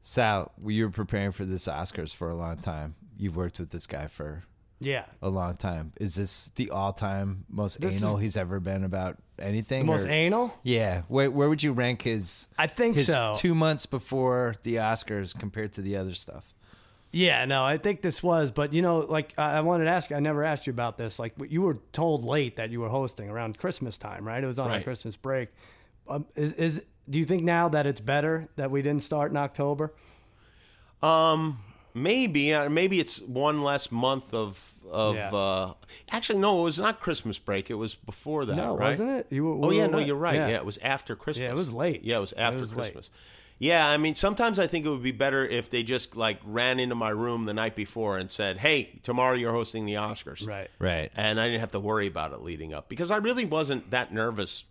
S1: Sal, you were preparing for this Oscars for a long time. You've worked with this guy for
S3: Yeah.
S1: a long time. Is this the all-time most anal he's ever been about anything?
S3: Most
S1: or-
S3: anal.
S1: Yeah, where where would you rank his?
S3: I think
S1: his
S3: so.
S1: Two months before the Oscars, compared to the other stuff.
S3: Yeah, no, I think this was, but you know, like I I wanted to ask, I never asked you about this. Like you were told late that you were hosting around Christmas time, right? It was on our
S2: Right.
S3: Christmas break. Um, is is do you think now that it's better that we didn't start in October?
S2: Maybe uh, maybe it's one less month of of
S3: Yeah.
S2: uh, actually no, it was not Christmas break. It was before that.
S3: No,
S2: right?
S3: wasn't it? You were-
S2: oh
S3: we
S2: yeah,
S3: were
S2: no,
S3: late.
S2: you're right.
S3: Yeah.
S2: Yeah. it was after Christmas.
S3: Yeah, it was late.
S2: Yeah, it was
S3: It
S2: after
S3: was late.
S2: Christmas. Yeah, I mean, sometimes I think it would be better if they just like ran into my room the night before and said, "Hey, tomorrow you're hosting the Oscars."
S3: Right.
S1: Right.
S2: And I didn't have to worry about it leading up because I really wasn't that nervous.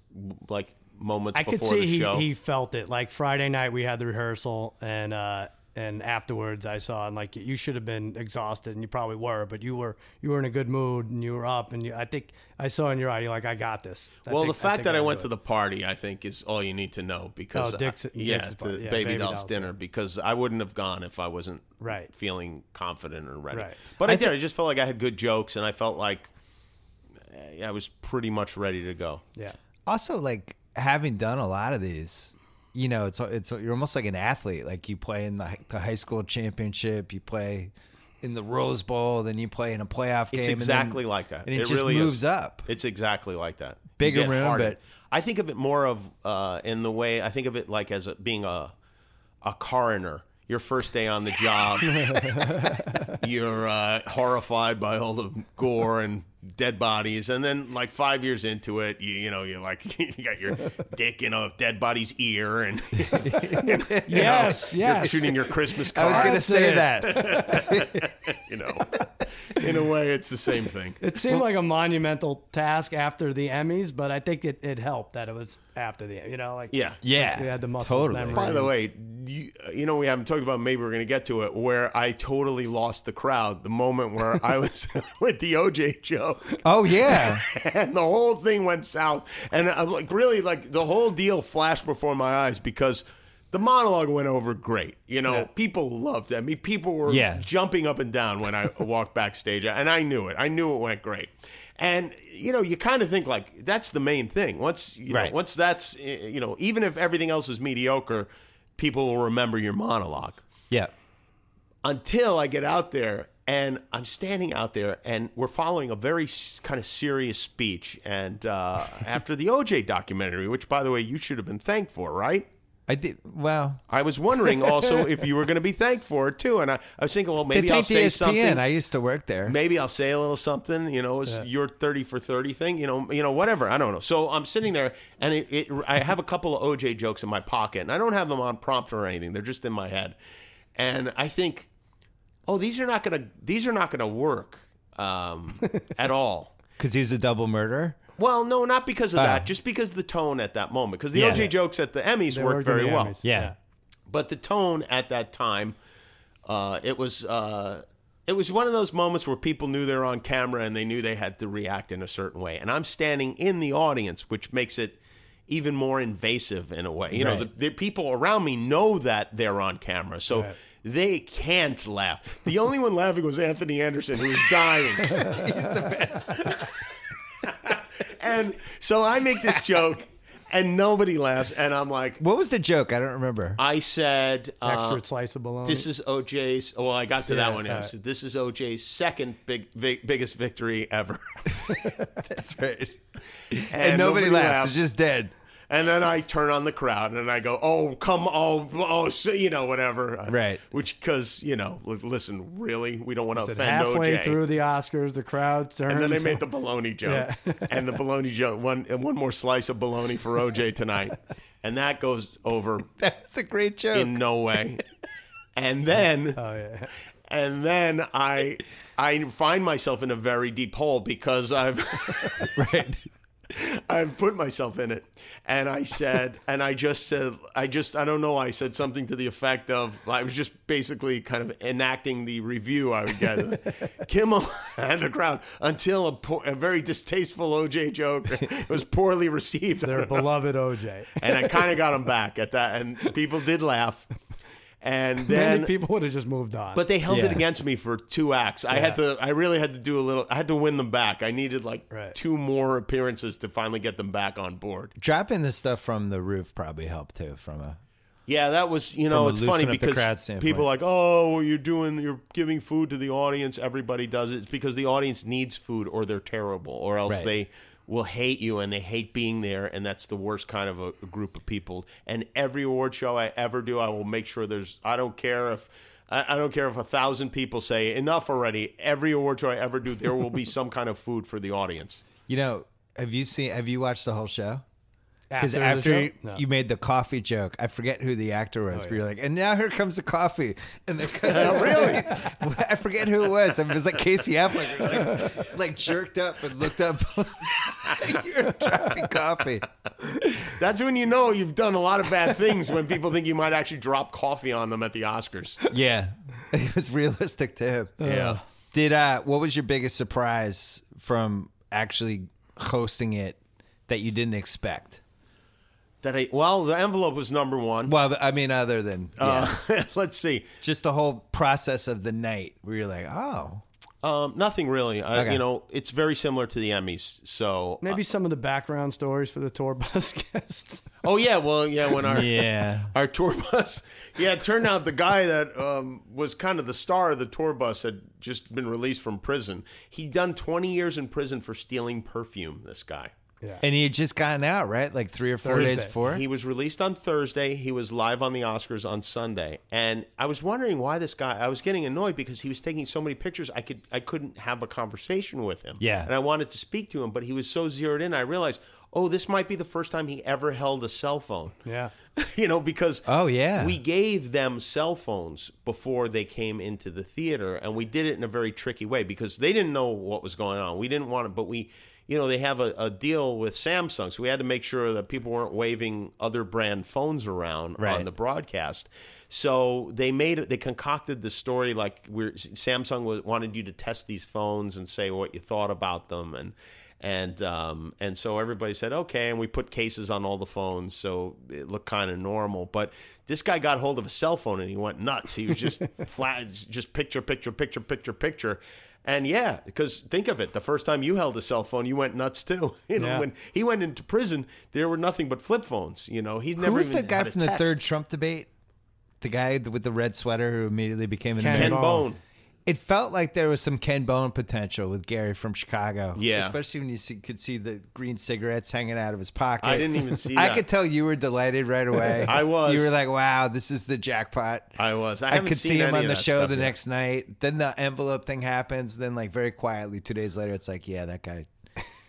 S2: Like moments
S3: I
S2: before
S3: could see
S2: the
S3: he,
S2: show.
S3: he felt it. Like Friday night, we had the rehearsal, and uh, and afterwards, I saw him. Like you should have been exhausted, and you probably were, but you were you were in a good mood, and you were up, and you, I think I saw in your eye, you're like, I got this. I
S2: well,
S3: think-
S2: the fact
S3: think
S2: that I
S3: I'll
S2: went
S3: do
S2: to
S3: it.
S2: the party, I think, is all you need to know because
S3: Oh, Dick's-
S2: I- yeah,
S3: Dick's
S2: to
S3: party. Yeah,
S2: Baby,
S3: Baby
S2: Doll's,
S3: Doll's,
S2: dinner because I wouldn't have gone if I wasn't
S3: Right.
S2: feeling confident or ready.
S3: Right.
S2: But I, did. I just felt like I had good jokes, and I felt like eh, I was pretty much ready to go.
S3: yeah.
S1: also like having done a lot of these you know it's it's you're almost like an athlete like you play in the, hi- the high school championship you play in the rose bowl then you play in a playoff game
S2: It's
S1: and then-
S2: exactly like that.
S1: and it, just
S2: really
S1: moves
S2: is.
S1: up
S2: It's exactly like that. You
S1: Bigger
S2: get
S1: room,
S2: harder.
S1: but-
S2: I think of it more of uh, in the way I think of it like as a, being a a coroner. Your first day on the job, you're uh, horrified by all the gore and dead bodies, and then like five years into it, you, you know you're like you got your dick in a dead body's ear, and you
S3: Yes,
S2: know, you're
S3: yes.
S2: shooting your Christmas
S1: i
S2: card.
S1: was going to
S3: That's
S1: say
S3: it.
S1: that
S2: You know, in a way, it's the same thing.
S3: It seemed like a monumental task after the Emmys, but I think it, it helped that it was after the you know like
S2: Yeah,
S1: yeah
S3: we had the muscle
S1: totally
S3: memory.
S2: By the way, you, uh, you know, we haven't talked about maybe we're going to get to it where I totally lost the crowd the moment where I was with the OJ show
S1: oh yeah
S2: and the whole thing went south. And I'm like, really, like the whole deal flashed before my eyes because the monologue went over great. You know, people loved that. I mean, people were
S1: Yeah.
S2: jumping up and down when I walked backstage, and I knew it. I knew it went great. And you know, you kind of think like that's the main thing. Once you
S1: Right.
S2: know, once that's eh, you know, even if everything else is mediocre, people will remember your monologue
S1: yeah
S2: until I get out there and I'm standing out there and we're following a very s- kind of serious speech. And uh, after the OJ documentary, which by the way, you should have been thanked for, right?
S1: i did well
S2: I was wondering also if you were going to be thanked for it too. And I, I was thinking, well,
S1: they E
S2: maybe I'll
S1: take the
S2: say
S1: espn
S2: something.
S1: i used to work there
S2: Maybe I'll say a little something, you know, it's your 30 for 30 thing, you know, you know, whatever. I don't know. So I'm sitting there and it, it, I have a couple of OJ jokes in my pocket and I don't have them on prompter or anything. They're just in my head. And I think, oh, these are not going to, these are not going to work um, at all.
S1: because he was a double murderer
S2: Well, no, not because of
S3: Ah.
S2: that, just because of the tone at that moment. Because the
S1: Yeah.
S2: OJ jokes at the Emmys
S3: They
S2: worked
S3: worked in
S2: very
S3: the
S2: well
S3: Emmys.
S1: yeah
S2: but the tone at that time, uh, it was uh, it was one of those moments where people knew they were on camera and they knew they had to react in a certain way. And I'm standing in the audience, which makes it even more invasive in a way. You know,
S1: Right.
S2: the, the people around me know that they're on camera, so. They can't laugh. The only one laughing was Anthony Anderson, who was dying. and so I make this joke, and nobody laughs. And I'm like,
S1: what was the joke i don't remember
S2: I said, uh,
S3: extra slice of bologna.
S2: this is OJ's. Well, I got to that
S3: Yeah,
S2: one. yeah. I
S3: all
S2: said, this is OJ's second big, big biggest victory ever.
S1: that's right
S2: and,
S1: and, nobody, laughs. it's just dead
S2: and then I turn on the crowd and I go, "Oh, come, oh, oh, so, you know, whatever." Uh,
S1: Right.
S2: Which, because you know, li- listen, really, we don't want to
S3: Said
S2: offend
S3: halfway
S2: OJ.
S3: through the Oscars, the crowd turns.
S2: and then they made the bologna joke,
S3: Yeah.
S2: and the bologna joke one and one more slice of bologna for OJ tonight, and that goes over
S1: that's a great joke
S2: in no way. And then
S3: Oh yeah.
S2: and then I I find myself in a very deep hole because I've
S1: right
S2: I've put myself in it. And I said, and I just said, I just I don't know. I said something to the effect of I was just basically kind of enacting the review I would get Kimmel and the crowd until a, po- a very distasteful OJ joke was poorly received.
S3: Their beloved OJ.
S2: and I kind of got him back at that, and people did laugh. And then
S3: Many people would have just moved on.
S2: But they held
S1: Yeah.
S2: it against me for two acts. I had to. I really had to do a little. I had to win them back. I needed like
S3: Right.
S2: two more appearances to finally get them back on board.
S1: dropping the stuff from the roof probably helped too from a
S2: Yeah, that was. You
S1: From
S2: know,
S1: a
S2: it's funny
S1: loosen up the crowd
S2: because
S1: standpoint.
S2: people are like, oh, you're doing. You're giving food to the audience. Everybody does it. It's because the audience needs food, or they're terrible, or else
S1: Right.
S2: they will hate you and they hate being there and that's the worst kind of a, a group of people and every award show i ever do i will make sure there's i don't care if I, I don't care if a thousand people say enough already. Every award show I ever do, there will be some kind of food for the audience.
S1: You know, have you seen? Have you watched the whole show? Because
S3: the
S1: after,
S3: show?
S1: you,
S3: No.
S1: you uh, made the coffee joke, I forget who the actor was, but you're like, and now here comes the coffee. And the really, I forget who it was. I mean, it was like Casey Affleck, like, like jerked up and looked up. you're dropping coffee.
S2: That's when you know you've done a lot of bad things when people think you might actually drop coffee on them at the Oscars.
S1: Yeah, it was realistic to him.
S2: Yeah.
S1: Did uh, what was your biggest surprise from actually hosting it that you didn't expect?
S2: That I well, the envelope was number one.
S1: Well, I mean, other than yeah.
S2: Uh, let's see.
S1: just the whole process of the night, where you're like, oh,
S2: Um, nothing really. I,
S1: Okay.
S2: You know, it's very similar to the Emmys. So,
S3: Maybe some of the background stories for the tour bus guests.
S2: oh yeah, well, yeah. When our
S1: yeah,
S2: our tour bus, yeah, it turned out the guy that um, was kind of the star of the tour bus had just been released from prison. He'd done 20 years in prison for stealing perfume. This guy.
S1: and he had just gotten out, right? Like three or four days
S3: Thursday.
S1: before.
S2: He was released on Thursday. He was live on the Oscars on Sunday, and I was wondering why this guy. I was getting annoyed because he was taking so many pictures. I could I couldn't have a conversation with him.
S1: Yeah.
S2: and I wanted to speak to him, but he was so zeroed in. I realized, oh, this might be the first time he ever held a cell phone.
S3: Yeah.
S2: you know, because
S1: Oh, yeah.
S2: we gave them cell phones before they came into the theater, and we did it in a very tricky way because they didn't know what was going on. We didn't want to, but we, you know, they have a, a deal with Samsung, so we had to make sure that people weren't waving other brand phones around on
S1: Right.
S2: the broadcast. So they made it. They concocted the story like we're Samsung was, wanted you to test these phones and say what you thought about them and. And um, and so everybody said okay, and we put cases on all the phones, so it looked kind of normal. But this guy got hold of a cell phone and he went nuts. He was just flat, just picture, picture, picture, picture, picture, and yeah, because think of it, the first time you held a cell phone, you went nuts too. You know,
S3: Yeah.
S2: when he went into prison, there were nothing but flip phones. You know, he never
S1: Who was
S2: even
S1: the guy
S2: had a
S1: from the
S2: text.
S1: third Trump debate? The guy with the red sweater who immediately became an
S3: Ken
S2: Ken
S1: American.
S2: Bone.
S1: It felt like there was some Ken Bone potential with Gary from Chicago.
S2: Yeah.
S1: especially when you see, could see the green cigarettes hanging out of his pocket.
S2: I didn't even see
S1: I
S2: that.
S1: could tell you were delighted right away.
S2: I was.
S1: You were like, "Wow, this is the jackpot."
S2: I was.
S1: I
S2: I, haven't
S1: could
S2: seen
S1: see him
S2: any
S1: on
S2: of
S1: the
S2: that
S1: show
S2: stuff
S1: the
S2: yet.
S1: next night. Then the envelope thing happens. Then, like very quietly, two days later, it's like, "Yeah, that guy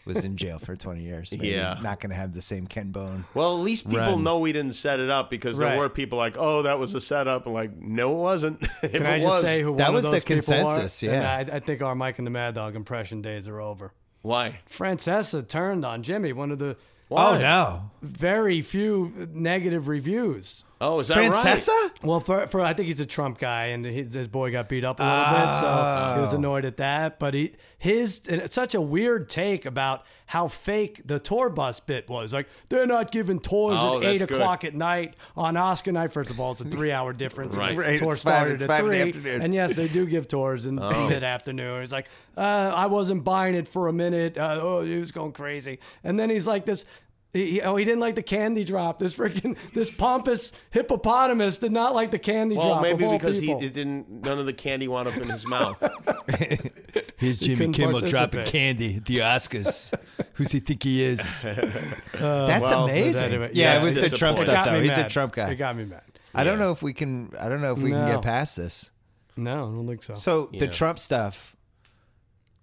S1: was in jail for 20 years. Maybe
S2: Yeah.
S1: not going to have the same Ken Bone."
S2: Well, at least people
S1: Run.
S2: know we didn't set it up because there
S3: Right.
S2: were people like, "Oh, that was a setup," and like, "No, it wasn't." if
S3: Can
S2: it
S3: I just
S2: was,
S3: say who
S1: That
S3: one
S1: was
S3: of
S1: the
S3: those people
S1: consensus,
S3: are? And
S1: yeah.
S3: I, I think our Mike and the Mad Dog impression days are over.
S2: why?
S3: Francesa turned on Jimmy, one of the
S2: Why?
S1: Oh no,
S3: very few negative reviews.
S2: Oh, is that
S1: Francesa?
S2: right?
S3: Well, for, for I think he's a Trump guy, and he, his boy got beat up a little bit, so he
S1: Oh.
S3: was annoyed at that. But he his and it's such a weird take about how fake the tour bus bit was. Like they're not giving tours
S2: Oh,
S3: at
S2: that's
S3: eight
S2: good.
S3: o'clock at night on Oscar night. First of all, it's a three-hour difference.
S2: Right.
S3: and the
S1: Right,
S3: Tour
S1: it's five-
S3: started
S1: it's
S3: at
S1: five in the
S3: three,
S1: afternoon.
S3: and yes, they do give tours
S1: Oh.
S3: in mid afternoon. He's like, uh, I wasn't buying it for a minute. Uh, oh, he was going crazy, and then he's like this. He, he- oh, he didn't like the candy drop. This freaking this pompous hippopotamus did not like the candy
S2: Well,
S3: drop.
S2: maybe
S3: of all
S2: because
S3: people.
S2: he it didn't. None of the candy wound up in his mouth.
S1: Here's Jimmy
S3: couldn't
S1: Kimmel dropping
S3: participate.
S1: candy at the Oscars. Who's he think he is?
S2: Uh,
S1: That's
S3: well,
S1: amazing.
S3: anyway,
S1: yeah,
S3: yeah,
S1: it was
S2: it's
S1: the Trump
S2: disappointing.
S3: It got
S1: stuff though.
S3: me
S1: He's a
S3: mad.
S1: Trump
S3: It
S1: guy.
S3: got me mad.
S1: I don't know if we can. I don't know if we can
S3: No.
S1: get past this.
S3: No, I don't think so.
S1: So the Trump stuff.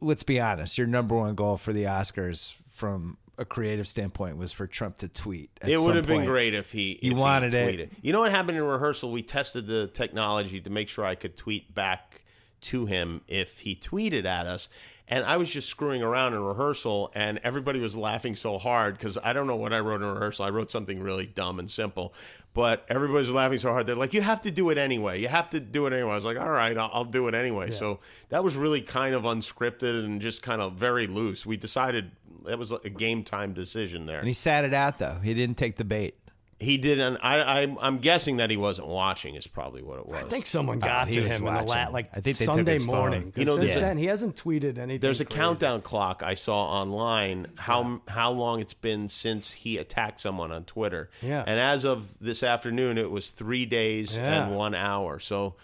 S1: Let's be honest. Your number one goal for the Oscars, from a creative standpoint, was for Trump to tweet. at
S2: It would
S1: some
S2: have been
S1: point.
S2: great if he. if he
S1: wanted it.
S2: tweeted. You know what happened in rehearsal? We tested the technology to make sure I could tweet back to him if he tweeted at us. And I was just screwing around in rehearsal, and everybody was laughing so hard because I don't know what I wrote in rehearsal. I wrote something really dumb and simple, but everybody was laughing so hard. They're like, You have to do it anyway. You have to do it anyway. I was like, All right, I'll, I'll do it anyway. So that was really kind of unscripted and just kind of very loose. We decided that was a game time decision there.
S1: And he sat it out though. He didn't take the bait.
S2: He didn't. I, I, I'm guessing that he wasn't watching. Is probably what it was.
S3: I think someone got
S1: Ah, he
S3: to
S1: was
S3: him in the la-
S1: watching.
S3: like
S1: I think they took
S3: Sunday
S1: his phone.
S3: morning.
S2: You know,
S3: since
S2: there's a-
S3: then he hasn't tweeted anything.
S2: there's a
S3: crazy.
S2: countdown clock I saw online. How how long it's been since he attacked someone on Twitter?
S3: Yeah.
S2: And as of this afternoon, it was three days
S3: Yeah.
S2: and one hour. So,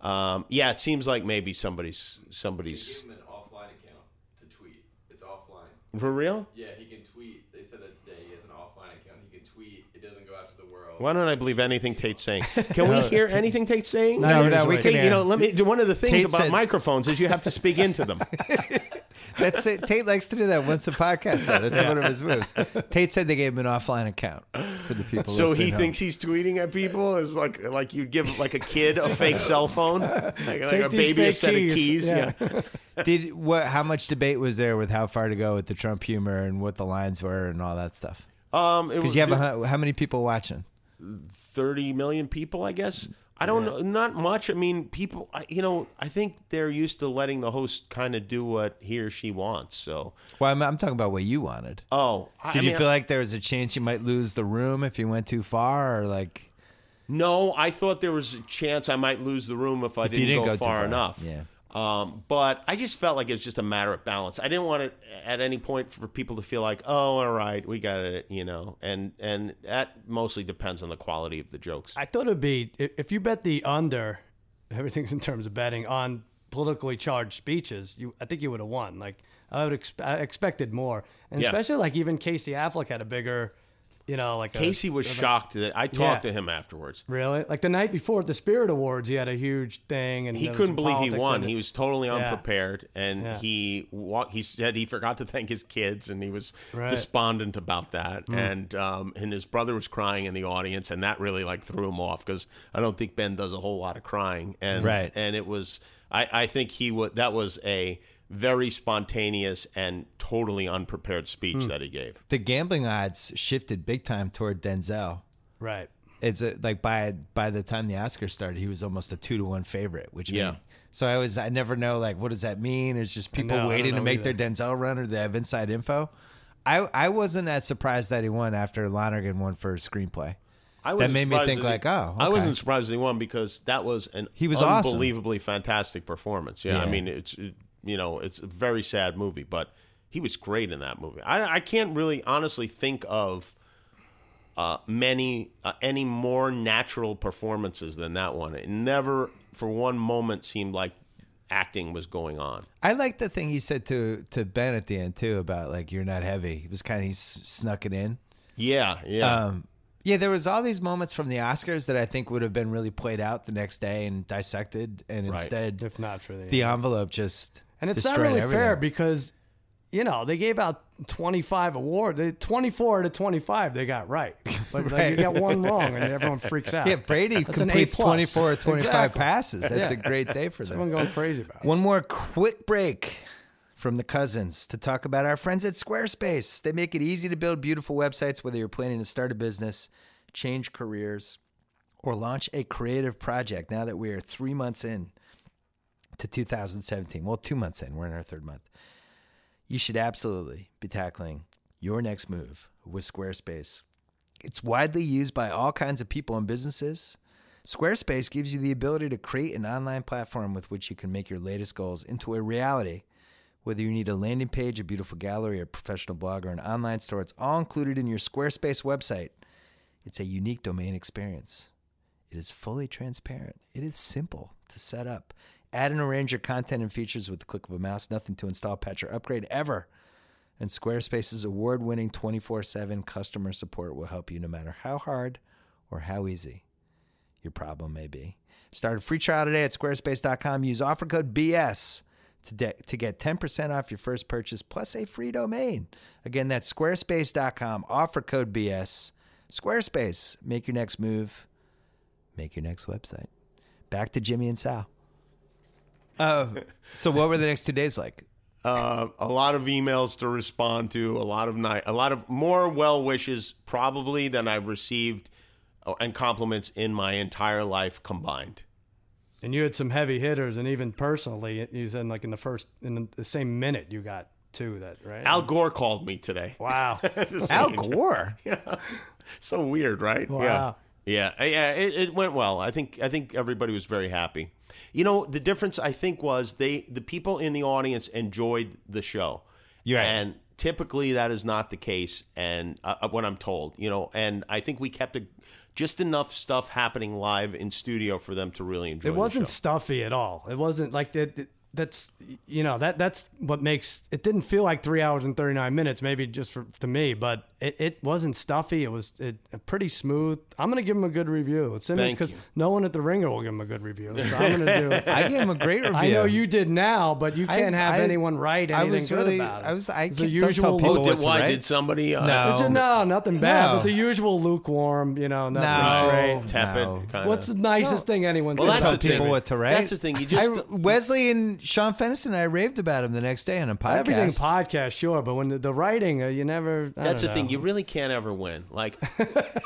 S2: um, yeah, it seems like maybe somebody's somebody's
S5: Give him an offline account to tweet. It's offline.
S2: for real.
S5: Yeah, he can tweet. They said that today. He has an offline account. He can tweet. It doesn't go go out to the world.
S2: Why don't I believe anything Tate's saying? Can we hear anything Tate's saying?
S3: No,
S1: no,
S3: usually.
S1: we can
S2: Hey, you
S1: hear.
S2: know, let me. One of the things
S1: Tate
S2: about
S1: said-
S2: microphones is you have to speak into them.
S1: That's it. Tate likes to do that once a podcast. Though. That's one of his moves. Tate said they gave him an offline account for the people.
S2: so
S1: listening
S2: he
S1: home.
S2: thinks he's tweeting at people is like like you give like a kid a fake cell phone, like, like
S3: Take
S2: a
S3: these
S2: baby a
S3: fake
S2: set
S3: keys.
S2: of keys.
S3: Yeah.
S2: Yeah.
S1: Did what? How much debate was there with how far to go with the Trump humor and what the lines were and all that stuff?
S2: Um, it
S1: Because
S2: was
S1: you have a, hun- how many people watching?
S2: thirty million people, I guess. I don't know, not much. I mean, people, I, you know, I think they're used to letting the host kind of do what he or she wants. So,
S1: Well, I'm, I'm talking about what you wanted.
S2: oh, I,
S1: Did
S2: I
S1: you
S2: mean,
S1: feel like there was a chance you might lose the room if you went too far, or like
S2: No, I thought there was a chance I might lose the room if I
S1: you
S2: didn't,
S1: didn't
S2: go,
S1: go too
S2: far,
S1: far,
S2: enough.
S1: yeah.
S2: Um, but I just felt like it was just a matter of balance. I didn't want it at any point for people to feel like, oh, all right, we got it, you know. And and that mostly depends on the quality of the jokes.
S3: I thought it'd be i- if you bet the under, everything's in terms of betting on politically charged speeches. You, I think you would have won. Like I would exp- I expected more, and
S2: Yeah.
S3: especially like even Casey Affleck had a bigger, you know, like a-
S2: Casey was shocked that I talked
S3: Yeah.
S2: to him afterwards.
S3: really like the night before at the Spirit Awards, he had a huge thing, and
S2: He
S3: there was
S2: couldn't
S3: some
S2: believe he
S3: politics
S2: won.
S3: in it.
S2: He was totally
S3: Yeah.
S2: unprepared, and
S3: Yeah.
S2: he wa- he said he forgot to thank his kids, and he was
S3: Right. Hmm.
S2: despondent about that. And um, and his brother was crying in the audience, and that really like threw him off because I don't think Ben does a whole lot of crying. And
S1: Right.
S2: and it was I I think he would that was a very spontaneous and totally unprepared speech
S3: Hmm.
S2: that he gave.
S1: the gambling odds shifted big time toward Denzel.
S3: right.
S1: It's uh like by by the time the Oscars started, he was almost a two to one favorite, which
S2: Yeah.
S1: mean- so I was I never know like what does that mean? It's just people
S3: know, I don't
S1: waiting to
S3: know
S1: make their Denzel run or they have inside info. I I wasn't as surprised that he won after Lonergan won for screenplay.
S2: I
S1: That
S2: wasn't
S1: made me
S2: surprised
S1: think
S2: that he-
S1: like, oh,
S2: I
S1: okay.
S2: wasn't surprised that he won because that was an
S1: He was awesome.
S2: unbelievably fantastic performance. Yeah, I
S1: Yeah.
S2: mean, it's it- you know, it's a very sad movie, but he was great in that movie. I, I can't really honestly think of uh, many uh, any more natural performances than that one. It never, for one moment, seemed like acting was going on.
S1: I like the thing he said to to Ben at the end too about like you're not heavy. It was kind of he s- snuck it in.
S2: Yeah, yeah.
S1: Um, yeah, there was all these moments from the Oscars that I think would have been really played out the next day and dissected, and instead
S3: If not for the
S1: the envelope just
S3: And it's not
S1: destroyed
S3: really
S1: everything.
S3: fair because, you know, they gave out 25 awards. They- 24 to 25 they got right. But like, you got one wrong and everyone freaks out.
S1: yeah, Brady
S3: That's an A
S1: completes
S3: plus.
S1: 24 or 25
S3: Exactly.
S1: passes. That's a
S3: Yeah.
S1: great day for
S3: Everyone
S1: them.
S3: going crazy about it.
S1: One more quick break from the cousins to talk about our friends at Squarespace. They make it easy to build beautiful websites, whether you're planning to start a business, change careers, or launch a creative project now that we are three months in to 2017. Well, two months in, we're in our third month. You should absolutely be tackling your next move with Squarespace. It's widely used by all kinds of people and businesses. Squarespace gives you the ability to create an online platform with which you can make your latest goals into a reality. Whether you need a landing page, a beautiful gallery, a professional blog, or an online store, it's all included in your Squarespace website. It's a unique domain experience. It is fully transparent. It is simple to set up. Add and arrange your content and features with the click of a mouse. Nothing to install, patch, or upgrade ever. And Squarespace's award winning 24 7 customer support will help you no matter how hard or how easy your problem may be. Start a free trial today at squarespace.com. Use offer code BS to, de- to get 10% off your first purchase plus a free domain. Again, that's squarespace.com. Offer code BS. Squarespace. Make your next move. Make your next website. Back to Jimmy and Sal.
S2: Oh,
S1: Uh, so, what were the next two days like?
S2: uh, a lot of emails to respond to, a lot of night, a lot of more well wishes probably than I've received uh, and compliments in my entire life combined.
S3: And you had some heavy hitters, and even personally, you said like in the first, in the same minute, you got two that, right?
S2: Al Gore called me today.
S3: wow.
S1: Al Gore.
S2: So weird, right?
S3: Wow.
S2: Yeah, yeah, yeah. It, it went well. I think I think everybody was very happy. You know, the difference I think was they the people in the audience enjoyed the show.
S1: You're right.
S2: And typically that is not the case, and uh, what I'm told, you know, and I think we kept a, just enough stuff happening live in studio for them to really enjoy.
S3: It wasn't
S2: The show.
S3: stuffy at all. It wasn't like it, it- that's you know that that's what makes it didn't feel like three hours and 39 minutes maybe just for, to me but it, it wasn't stuffy it was it, pretty smooth i'm gonna give him a good review it's
S2: Thank
S3: because
S2: you.
S3: no one at the ringer will give him a good review so i'm gonna do it
S1: I gave him a great review.
S3: I know you did now, but you can't
S1: I've-
S3: have
S1: I-
S3: anyone write
S1: I
S3: anything
S1: was
S3: good
S1: really-
S3: about it.
S1: I was- I
S3: It's
S1: can't- don't tell people
S2: Oh,
S1: what
S2: did,
S1: to
S2: why
S1: write?
S2: did somebody? Uh,
S3: It's a-
S1: No.
S3: no, nothing bad,
S1: Um, No.
S3: but the usual lukewarm, you know, nothing
S1: No.
S3: great.
S2: Tepid.
S1: No.
S2: Kinda.
S3: What's the nicest thing anyone's
S2: Well,
S3: said
S1: tell
S2: that's the
S3: about
S2: thing.
S3: you?
S1: people what to write.
S2: That's the thing, you just-
S1: I- Wesley and Sean Fennison and I raved about him the next day on a podcast.
S3: Everything podcast, sure, but when the, the writing, uh, you never. I
S2: That's the
S3: don't
S2: thing.
S3: know.
S2: You really can't ever win. Like,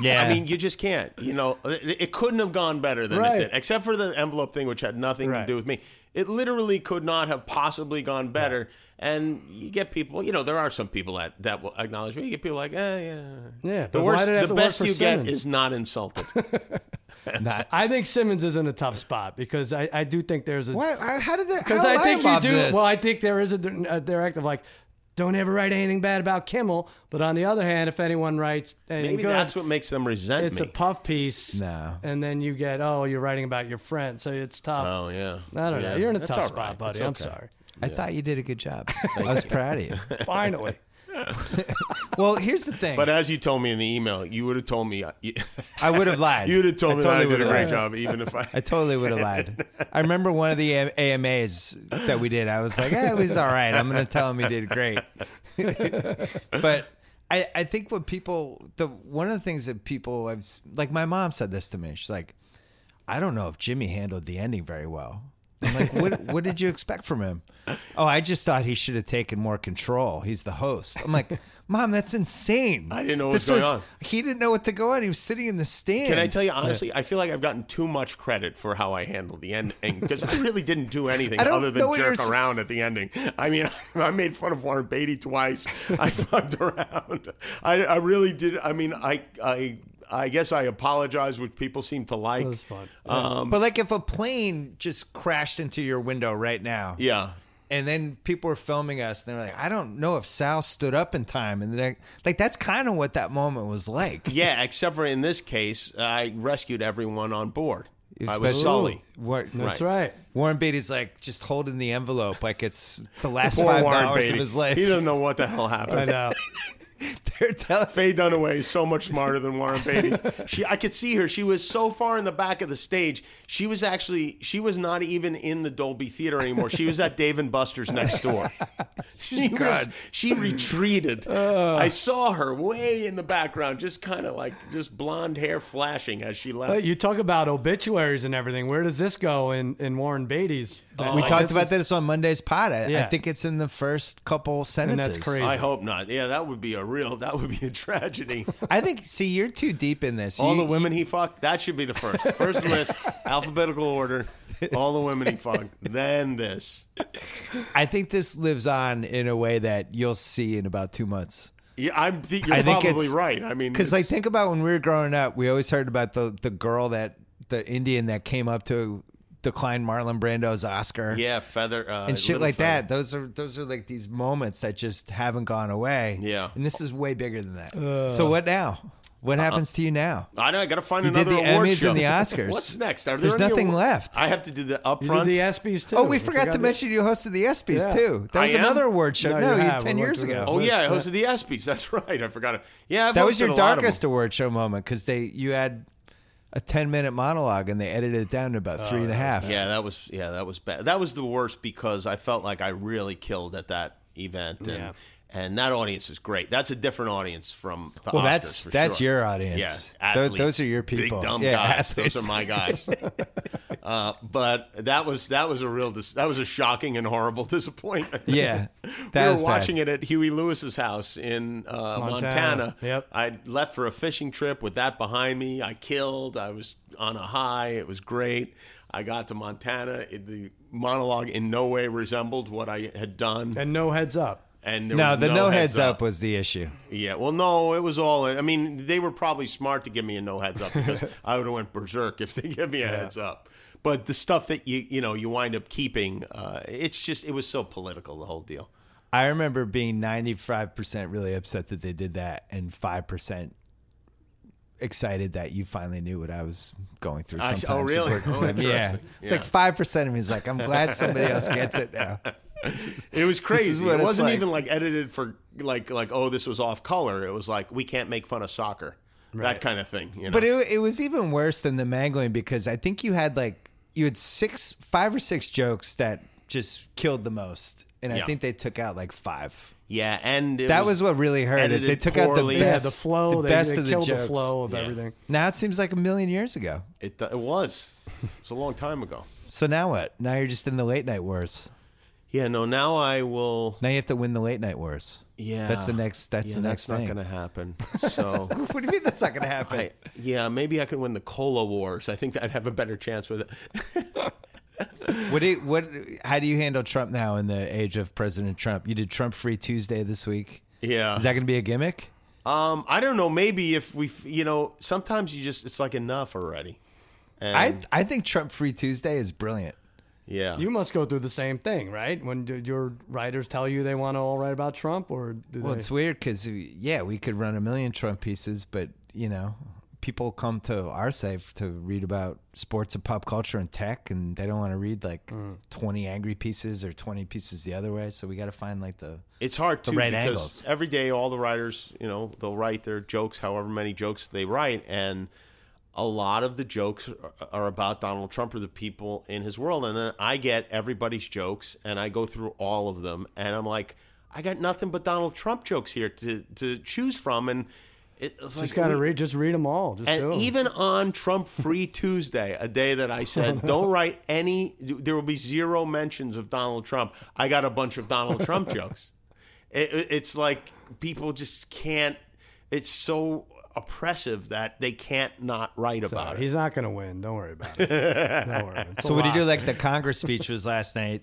S1: Yeah.
S2: I mean, you just can't. You know, it, it couldn't have gone better than
S3: Right.
S2: it did, except for the envelope thing, which had nothing to
S3: Right.
S2: do with me. It literally could not have possibly gone better. And you get people. You know, there are some people that that will acknowledge me. You get people like, eh, yeah,
S3: Yeah,
S2: The
S3: but why
S2: worst,
S3: did it have
S2: the
S3: to work
S2: best
S3: for
S2: you get
S3: Simmons?
S2: is not insulted.
S1: Not-
S3: I think Simmons is in a tough spot because I, I do think there's a.
S1: why, I- how did that? How
S3: Because I
S1: am
S3: think you
S1: above
S3: do.
S1: This?
S3: Well, I think there is a, a directive like, don't ever write anything bad about Kimmel. But on the other hand, if anyone writes anything
S2: Maybe
S3: good,
S2: that's what makes them resent
S3: it's
S2: me.
S3: a puff piece.
S1: No.
S3: And then you get, oh, you're writing about your friend. So it's tough.
S2: oh yeah.
S3: I don't
S2: Yeah.
S3: know. You're in a
S2: That's
S3: tough
S2: all
S3: spot,
S2: right.
S3: buddy.
S2: It's
S3: I'm
S2: okay.
S3: sorry.
S1: I thought you did a good job. I was proud of you.
S3: Finally.
S1: Well, here's the thing.
S2: But uh, as you told me in the email, you would have told me. uh, You
S1: I would have lied.
S2: would have told
S1: I
S2: me
S1: totally
S2: that I
S1: would
S2: did a
S1: have
S2: great
S1: lied.
S2: job, even if I.
S1: I totally would have lied. I remember one of the A- AMAs that we did. I was like, eh, it was all right. I'm going to tell him he did great. but I, I think what people, the one of the things that people, I've like my mom said this to me. She's like, I don't know if Jimmy handled the ending very well. I'm like, what, what did you expect from him? Oh, I just thought he should have taken more control. He's the host. I'm like, Mom, that's insane.
S2: I didn't know what was going on.
S1: He didn't know what to go on. He was sitting in the stands.
S2: Can I tell you honestly? I feel like I've gotten too much credit for how I handled the ending because I really didn't do anything
S1: I don't know
S2: other than
S1: what
S2: jerk
S1: you're s-
S2: around at the ending. I mean, I made fun of Warren Beatty twice. I fucked around. I, I really did. I mean, I I I guess I apologize, which people seem to like.
S3: That was fun.
S1: but like if a plane just crashed into your window right now,
S2: Yeah.
S1: and then people were filming us, and they're like, I don't know if Sal stood up in time, and then like that's kind of what that moment was like.
S2: Yeah, except for in this case, I rescued everyone on board. I was
S1: Especially-
S2: Sully.
S1: War-
S3: That's right.
S1: Warren Beatty's like just holding the envelope like it's the last
S2: Poor
S1: five
S2: Warren
S1: hours
S2: Beatty.
S1: of his life.
S2: He doesn't know what the hell happened.
S3: I know.
S1: They're telling-
S2: Faye Dunaway is so much smarter than Warren Beatty. She, I could see her. She was so far in the back of the stage. She was actually, she was not even in the Dolby Theater anymore. She was at Dave and Buster's next door. She was- she retreated. I saw her way in the background, just kind of like just blonde hair flashing as she left.
S3: But you talk about obituaries and everything. Where does this go in, in Warren Beatty's?
S1: Oh, we
S3: Like,
S1: talked
S3: this
S1: about
S3: is-
S1: this on Monday's pod. I, I
S3: Yeah.
S1: think it's in the first couple sentences.
S3: that's crazy.
S2: I hope not. Yeah, that would be a real. That would be a tragedy.
S1: I think. See, you're too deep in this.
S2: All
S1: You-
S2: the women he fucked. That should be the first. First list, alphabetical order. All the women he fucked. Then this.
S1: I think this lives on in a way that you'll see in about two months.
S2: Yeah, I'm. Th- you're
S1: I think
S2: probably
S1: it's-
S2: right. I mean,
S1: Because like
S2: it's-
S1: think about when we were growing up, we always heard about the the girl that the Indian that came up to decline Marlon Brando's Oscar.
S2: yeah, feather uh,
S1: And shit
S2: little
S1: like
S2: feather.
S1: that. Those are those are like these moments that just haven't gone away.
S2: Yeah. Uh-uh.
S1: And this is way bigger than that. so what now? What happens to you now?
S2: I know. I got to find
S1: You did
S2: another
S1: the
S2: award
S1: Emmys
S2: show.
S1: and the Oscars.
S2: What's next? Are there
S1: There's
S2: any
S1: nothing
S2: award-
S1: left.
S2: I have to do the
S3: You did
S2: upfront.
S3: the ESPYS too.
S1: Oh, we forgot to
S3: that.
S1: mention you hosted the ESPYS too. That
S2: I
S1: was
S2: am?
S1: another award show.
S3: No,
S1: No,
S3: you
S1: you-
S3: have.
S1: ten
S3: We went
S1: years
S3: through
S1: ago.
S3: that.
S2: oh yeah, I hosted the ESPYS. That's right. I forgot it. Yeah, I've
S1: That was
S2: hosted
S1: your
S2: a lot of
S1: darkest
S2: them.
S1: award show moment because they you had a ten minute monologue and they edited it down to about three and a half.
S2: Yeah, Oh, that was yeah, that was bad. That was the worst because I felt like I really killed at that event. And,
S3: Yeah.
S2: And that audience is great. That's a different audience from the
S1: Well,
S2: Oscars,
S1: that's
S2: for
S1: that's
S2: sure.
S1: your
S2: Yeah,
S1: audience. Tho-
S2: athletes,
S1: those are your people.
S2: Big dumb
S1: yeah,
S2: guys. Those
S1: athletes.
S2: are my guys. uh, but that was that was a real dis- that was a shocking and horrible disappointment.
S1: Yeah,
S2: we
S1: that
S2: were
S1: was
S2: watching it at Huey Lewis's house in uh, Montana.
S3: Yep.
S2: I left for a fishing trip with that behind me. I killed. I was on a high. It was great. I got to Montana. It, the monologue in no way resembled what I had done.
S3: And no heads up.
S2: And there
S1: Bad. No,
S2: was
S1: the no heads up was the issue.
S2: Yeah. Well, no, it was all. I mean, they were probably smart to give me a no heads up because I would have went berserk if they give me a heads up. But the stuff that you you know you wind up keeping, uh, it's just it was so political the whole deal.
S1: I remember being ninety five percent really upset that they did that and five percent excited that you finally knew what I was going through.
S2: I see-
S1: Sometimes
S2: oh, really?
S1: working
S2: Oh,
S1: with him. yeah.
S2: interesting.
S1: It's
S2: Yeah.
S1: like five percent of me is like, I'm glad somebody else gets it now. This is-
S2: It
S1: this is
S2: was crazy.
S1: what
S2: It
S1: it's
S2: wasn't
S1: like.
S2: even like edited for like like oh this was off color. It was like we can't make fun of soccer, that kind of thing. You know?
S1: But it, it was even worse than the mangling because I think you had like you had six, five or six jokes that just killed the most, and I
S2: Yeah.
S1: think they took out like five.
S2: yeah, and it
S1: That was, what really hurt is they
S2: edited
S1: took out
S2: poorly.
S1: the
S2: Yeah,
S3: Yeah,
S1: best,
S3: the
S1: the
S3: flow. they,
S1: best
S3: they
S1: of the
S3: killed
S1: jokes.
S3: the flow of
S2: Yeah.
S3: everything.
S1: Now it seems like a million years ago.
S2: it, it was. It was a long time ago.
S1: So now what? Now you're just in the late night wars.
S2: Yeah, no. Now I will.
S1: Now you have to win the late night wars.
S2: Yeah,
S1: that's the next. That's
S2: Yeah,
S1: the next
S2: that's
S1: thing.
S2: not going to happen. So.
S1: What do you mean that's not going to happen?
S2: I, yeah, maybe I could win the Cola Wars. I think I'd have a better chance with it.
S1: What? Do you, what? How do you handle Trump now in the age of President Trump? You did Trump Free Tuesday this week.
S2: Yeah.
S1: Is that going to be a gimmick?
S2: Um, I don't know. Maybe if we, you know, sometimes you just it's like enough already. And,
S1: I I think Trump Free Tuesday is brilliant.
S2: yeah.
S3: You must go through the same thing, right? When do your writers tell you they want to all write about Trump, or do
S1: Well,
S3: they?
S1: it's weird because yeah, we could run a million Trump pieces, but you know, people come to our site to read about sports and pop culture and tech, and they don't want to read like twenty angry pieces or twenty pieces the other way. So we got to find like the
S2: It's hard to
S1: right
S2: because
S1: angles.
S2: every day all the writers, you know, they'll write their jokes, however many jokes they write, and a lot of the jokes are- are about Donald Trump or the people in his world. And then I get everybody's jokes, and I go through all of them, and I'm like, I got nothing but Donald Trump jokes here to to choose from, and it, it's like
S3: just gotta
S2: we-
S3: read. Just read them all. Just do
S2: And
S3: 'em.
S2: even on Trump Free Tuesday, a day that I said, don't write any, there will be zero mentions of Donald Trump. I got a bunch of Donald Trump jokes. It, it- it's like people just can't, it's so oppressive that they can't not write about it.
S3: He's not gonna win. Don't worry about it. Don't worry. About it.
S1: So what do you do? Like the Congress speech was last night,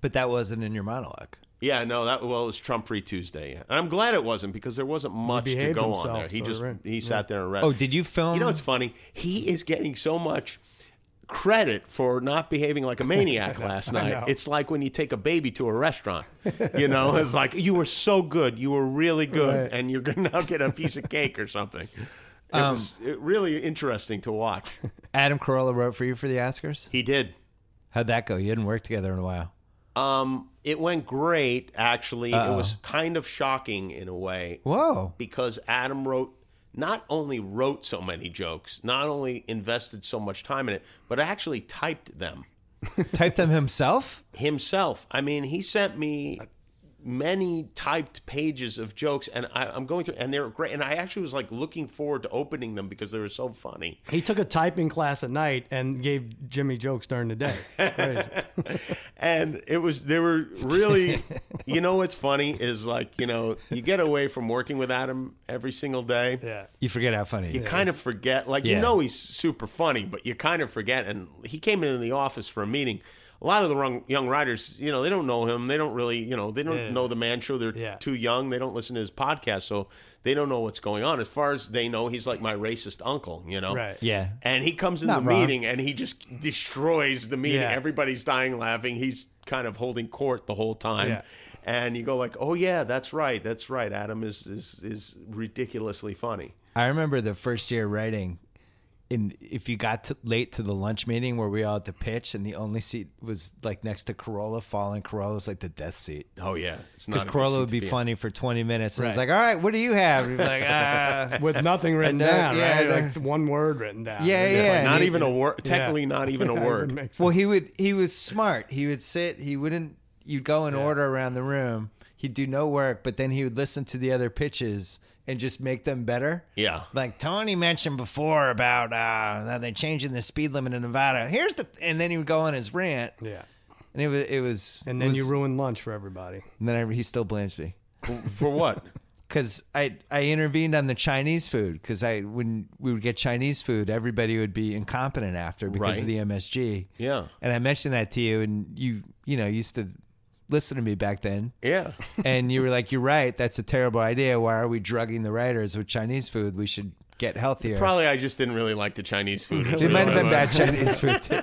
S1: but that wasn't in your monologue.
S2: Yeah, no, that well, it was Trump Free Tuesday, and I'm glad it wasn't because there wasn't much to
S3: behaved
S2: go on
S3: himself,
S2: there. He
S3: so
S2: just
S3: right,
S2: he sat there and read.
S1: Oh, did you film?
S2: You know, it's funny. He is getting so much credit for not behaving like a maniac last night. It's like when you take a baby to a restaurant. You know, it's like you were so good, you were really good,
S3: Right.
S2: and you're gonna now get a piece of cake or something. It
S1: Um,
S2: was it, really interesting to watch.
S1: Adam Carolla wrote for you for the Oscars.
S2: He did.
S1: How'd that go? You didn't work together in a while.
S2: Um, it went great. Actually, it was kind of shocking in a way.
S1: Whoa.
S2: because Adam wrote not only wrote so many jokes, not only invested so much time in it, but actually typed them
S1: Typed them himself?
S2: himself. I mean, he sent me many typed pages of jokes, and I, I'm going through, and they were great. And I actually was like looking forward to opening them because they were so funny.
S3: He took a typing class at night and gave Jimmy jokes during the day. Crazy.
S2: and it was they were really you know what's funny is like you know you get away from working with adam every single day
S3: yeah.
S1: You forget how funny. he
S2: you
S1: is.
S2: kind of forget like
S1: Yeah.
S2: you know he's super funny but you kind of forget and he came into the office for a meeting a lot of the wrong, young writers you know they don't know him they don't really you know they don't know the man show they're
S3: Yeah.
S2: too young they don't listen to his podcast so they don't know what's going on as far as they know he's like my racist uncle you know
S3: Right.
S1: Yeah.
S2: and he comes in
S1: Not
S2: the
S1: wrong.
S2: meeting and he just destroys the meeting
S3: Yeah.
S2: everybody's dying laughing he's kind of holding court the whole time
S3: Yeah.
S2: and you go like oh yeah that's right that's right adam is is, is ridiculously funny
S1: I remember the first year writing, and if you got to, late to the lunch meeting where we all had to pitch, and the only seat was like next to Corolla, falling Corolla was like the death seat.
S2: Oh yeah, it's not
S1: Because
S2: a good
S1: Corolla
S2: seat
S1: would
S2: to
S1: be,
S2: in.
S1: funny for 20 minutes. And it was
S3: Right.
S1: like, all right, what do you have? And he'd be like, ah.
S3: With nothing written
S1: know-
S3: down,
S1: uh, yeah,
S3: right?
S1: I
S3: Like one word written down.
S1: Yeah,
S3: It's
S1: yeah.
S3: like,
S2: Not
S1: he-
S2: even a word. Technically, not even a
S3: yeah, it
S2: word.
S3: makes
S1: Well,
S3: sense.
S1: he would. He was smart. He would sit. He wouldn't. You'd go in order around the room. He'd do no work, but then he would listen to the other pitches and just make them better.
S2: Yeah.
S1: Like Tony mentioned before about uh, that they're changing the speed limit in Nevada. Here's the, and then he would go on his rant,
S3: yeah.
S1: and it was, it was, it
S3: And then
S1: was-
S3: you ruin lunch for everybody.
S1: and then I, he still blames me
S2: For what?
S1: because I I intervened on the Chinese food because I when we would get Chinese food, everybody would be incompetent after because
S2: Right.
S1: of the MSG.
S2: Yeah.
S1: and I mentioned that to you, and you you know used to listen to me back then,
S2: Yeah.
S1: and you were like, "You're right. That's a terrible idea. Why are we drugging the writers with Chinese food? We should get healthier."
S2: Probably I just didn't really like the Chinese food.
S1: it might have been bad Chinese food too.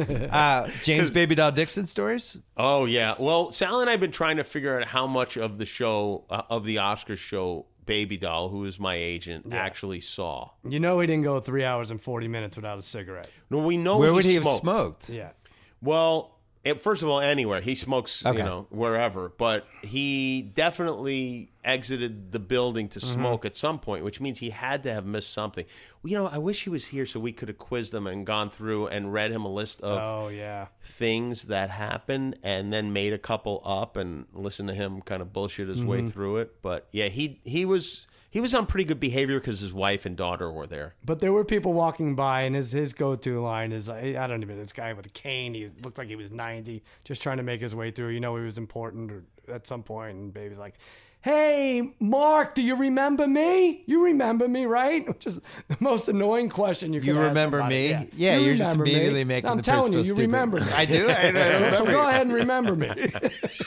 S1: Uh, James Baby Doll Dixon stories.
S2: Oh yeah. Well, Sal and I've been trying to figure out how much of the show uh, of the Oscars show Baby Doll, who is my agent, actually saw.
S3: You know he didn't go three hours and forty minutes without a cigarette.
S2: No, we know
S1: Where
S2: he
S1: would he
S2: smoked.
S1: have smoked?
S3: Yeah.
S2: Well, it, first of all, anywhere he smokes,
S1: Okay.
S2: you know, wherever. But he definitely exited the building
S3: Mm-hmm.
S2: to smoke at some point, which means he had to have missed something. Well, you know, I wish he was here so we could have quizzed him and gone through and read him a list of
S3: Oh yeah.
S2: things that happened, and then made a couple up and listened to him kind of bullshit his
S3: Mm-hmm.
S2: way through it. But yeah, he he was he was on pretty good behavior because his wife and daughter were there.
S3: But there were people walking by, and his, his go to line is I, I don't even, this guy with a cane, he was- looked like he was 90, just trying to make his way through. You know, he was important or at some point, and baby's like, Hey, Mark, do you remember me? You remember me, right? Which is the most annoying question you can
S1: You remember me? Yeah, you're just
S3: remember me.
S1: immediately making
S3: I'm
S1: the person
S3: telling you,
S1: feel
S3: you
S1: stupid.
S3: remember me.
S1: I do. I, I
S3: so, so
S1: remember.
S3: go ahead and remember me.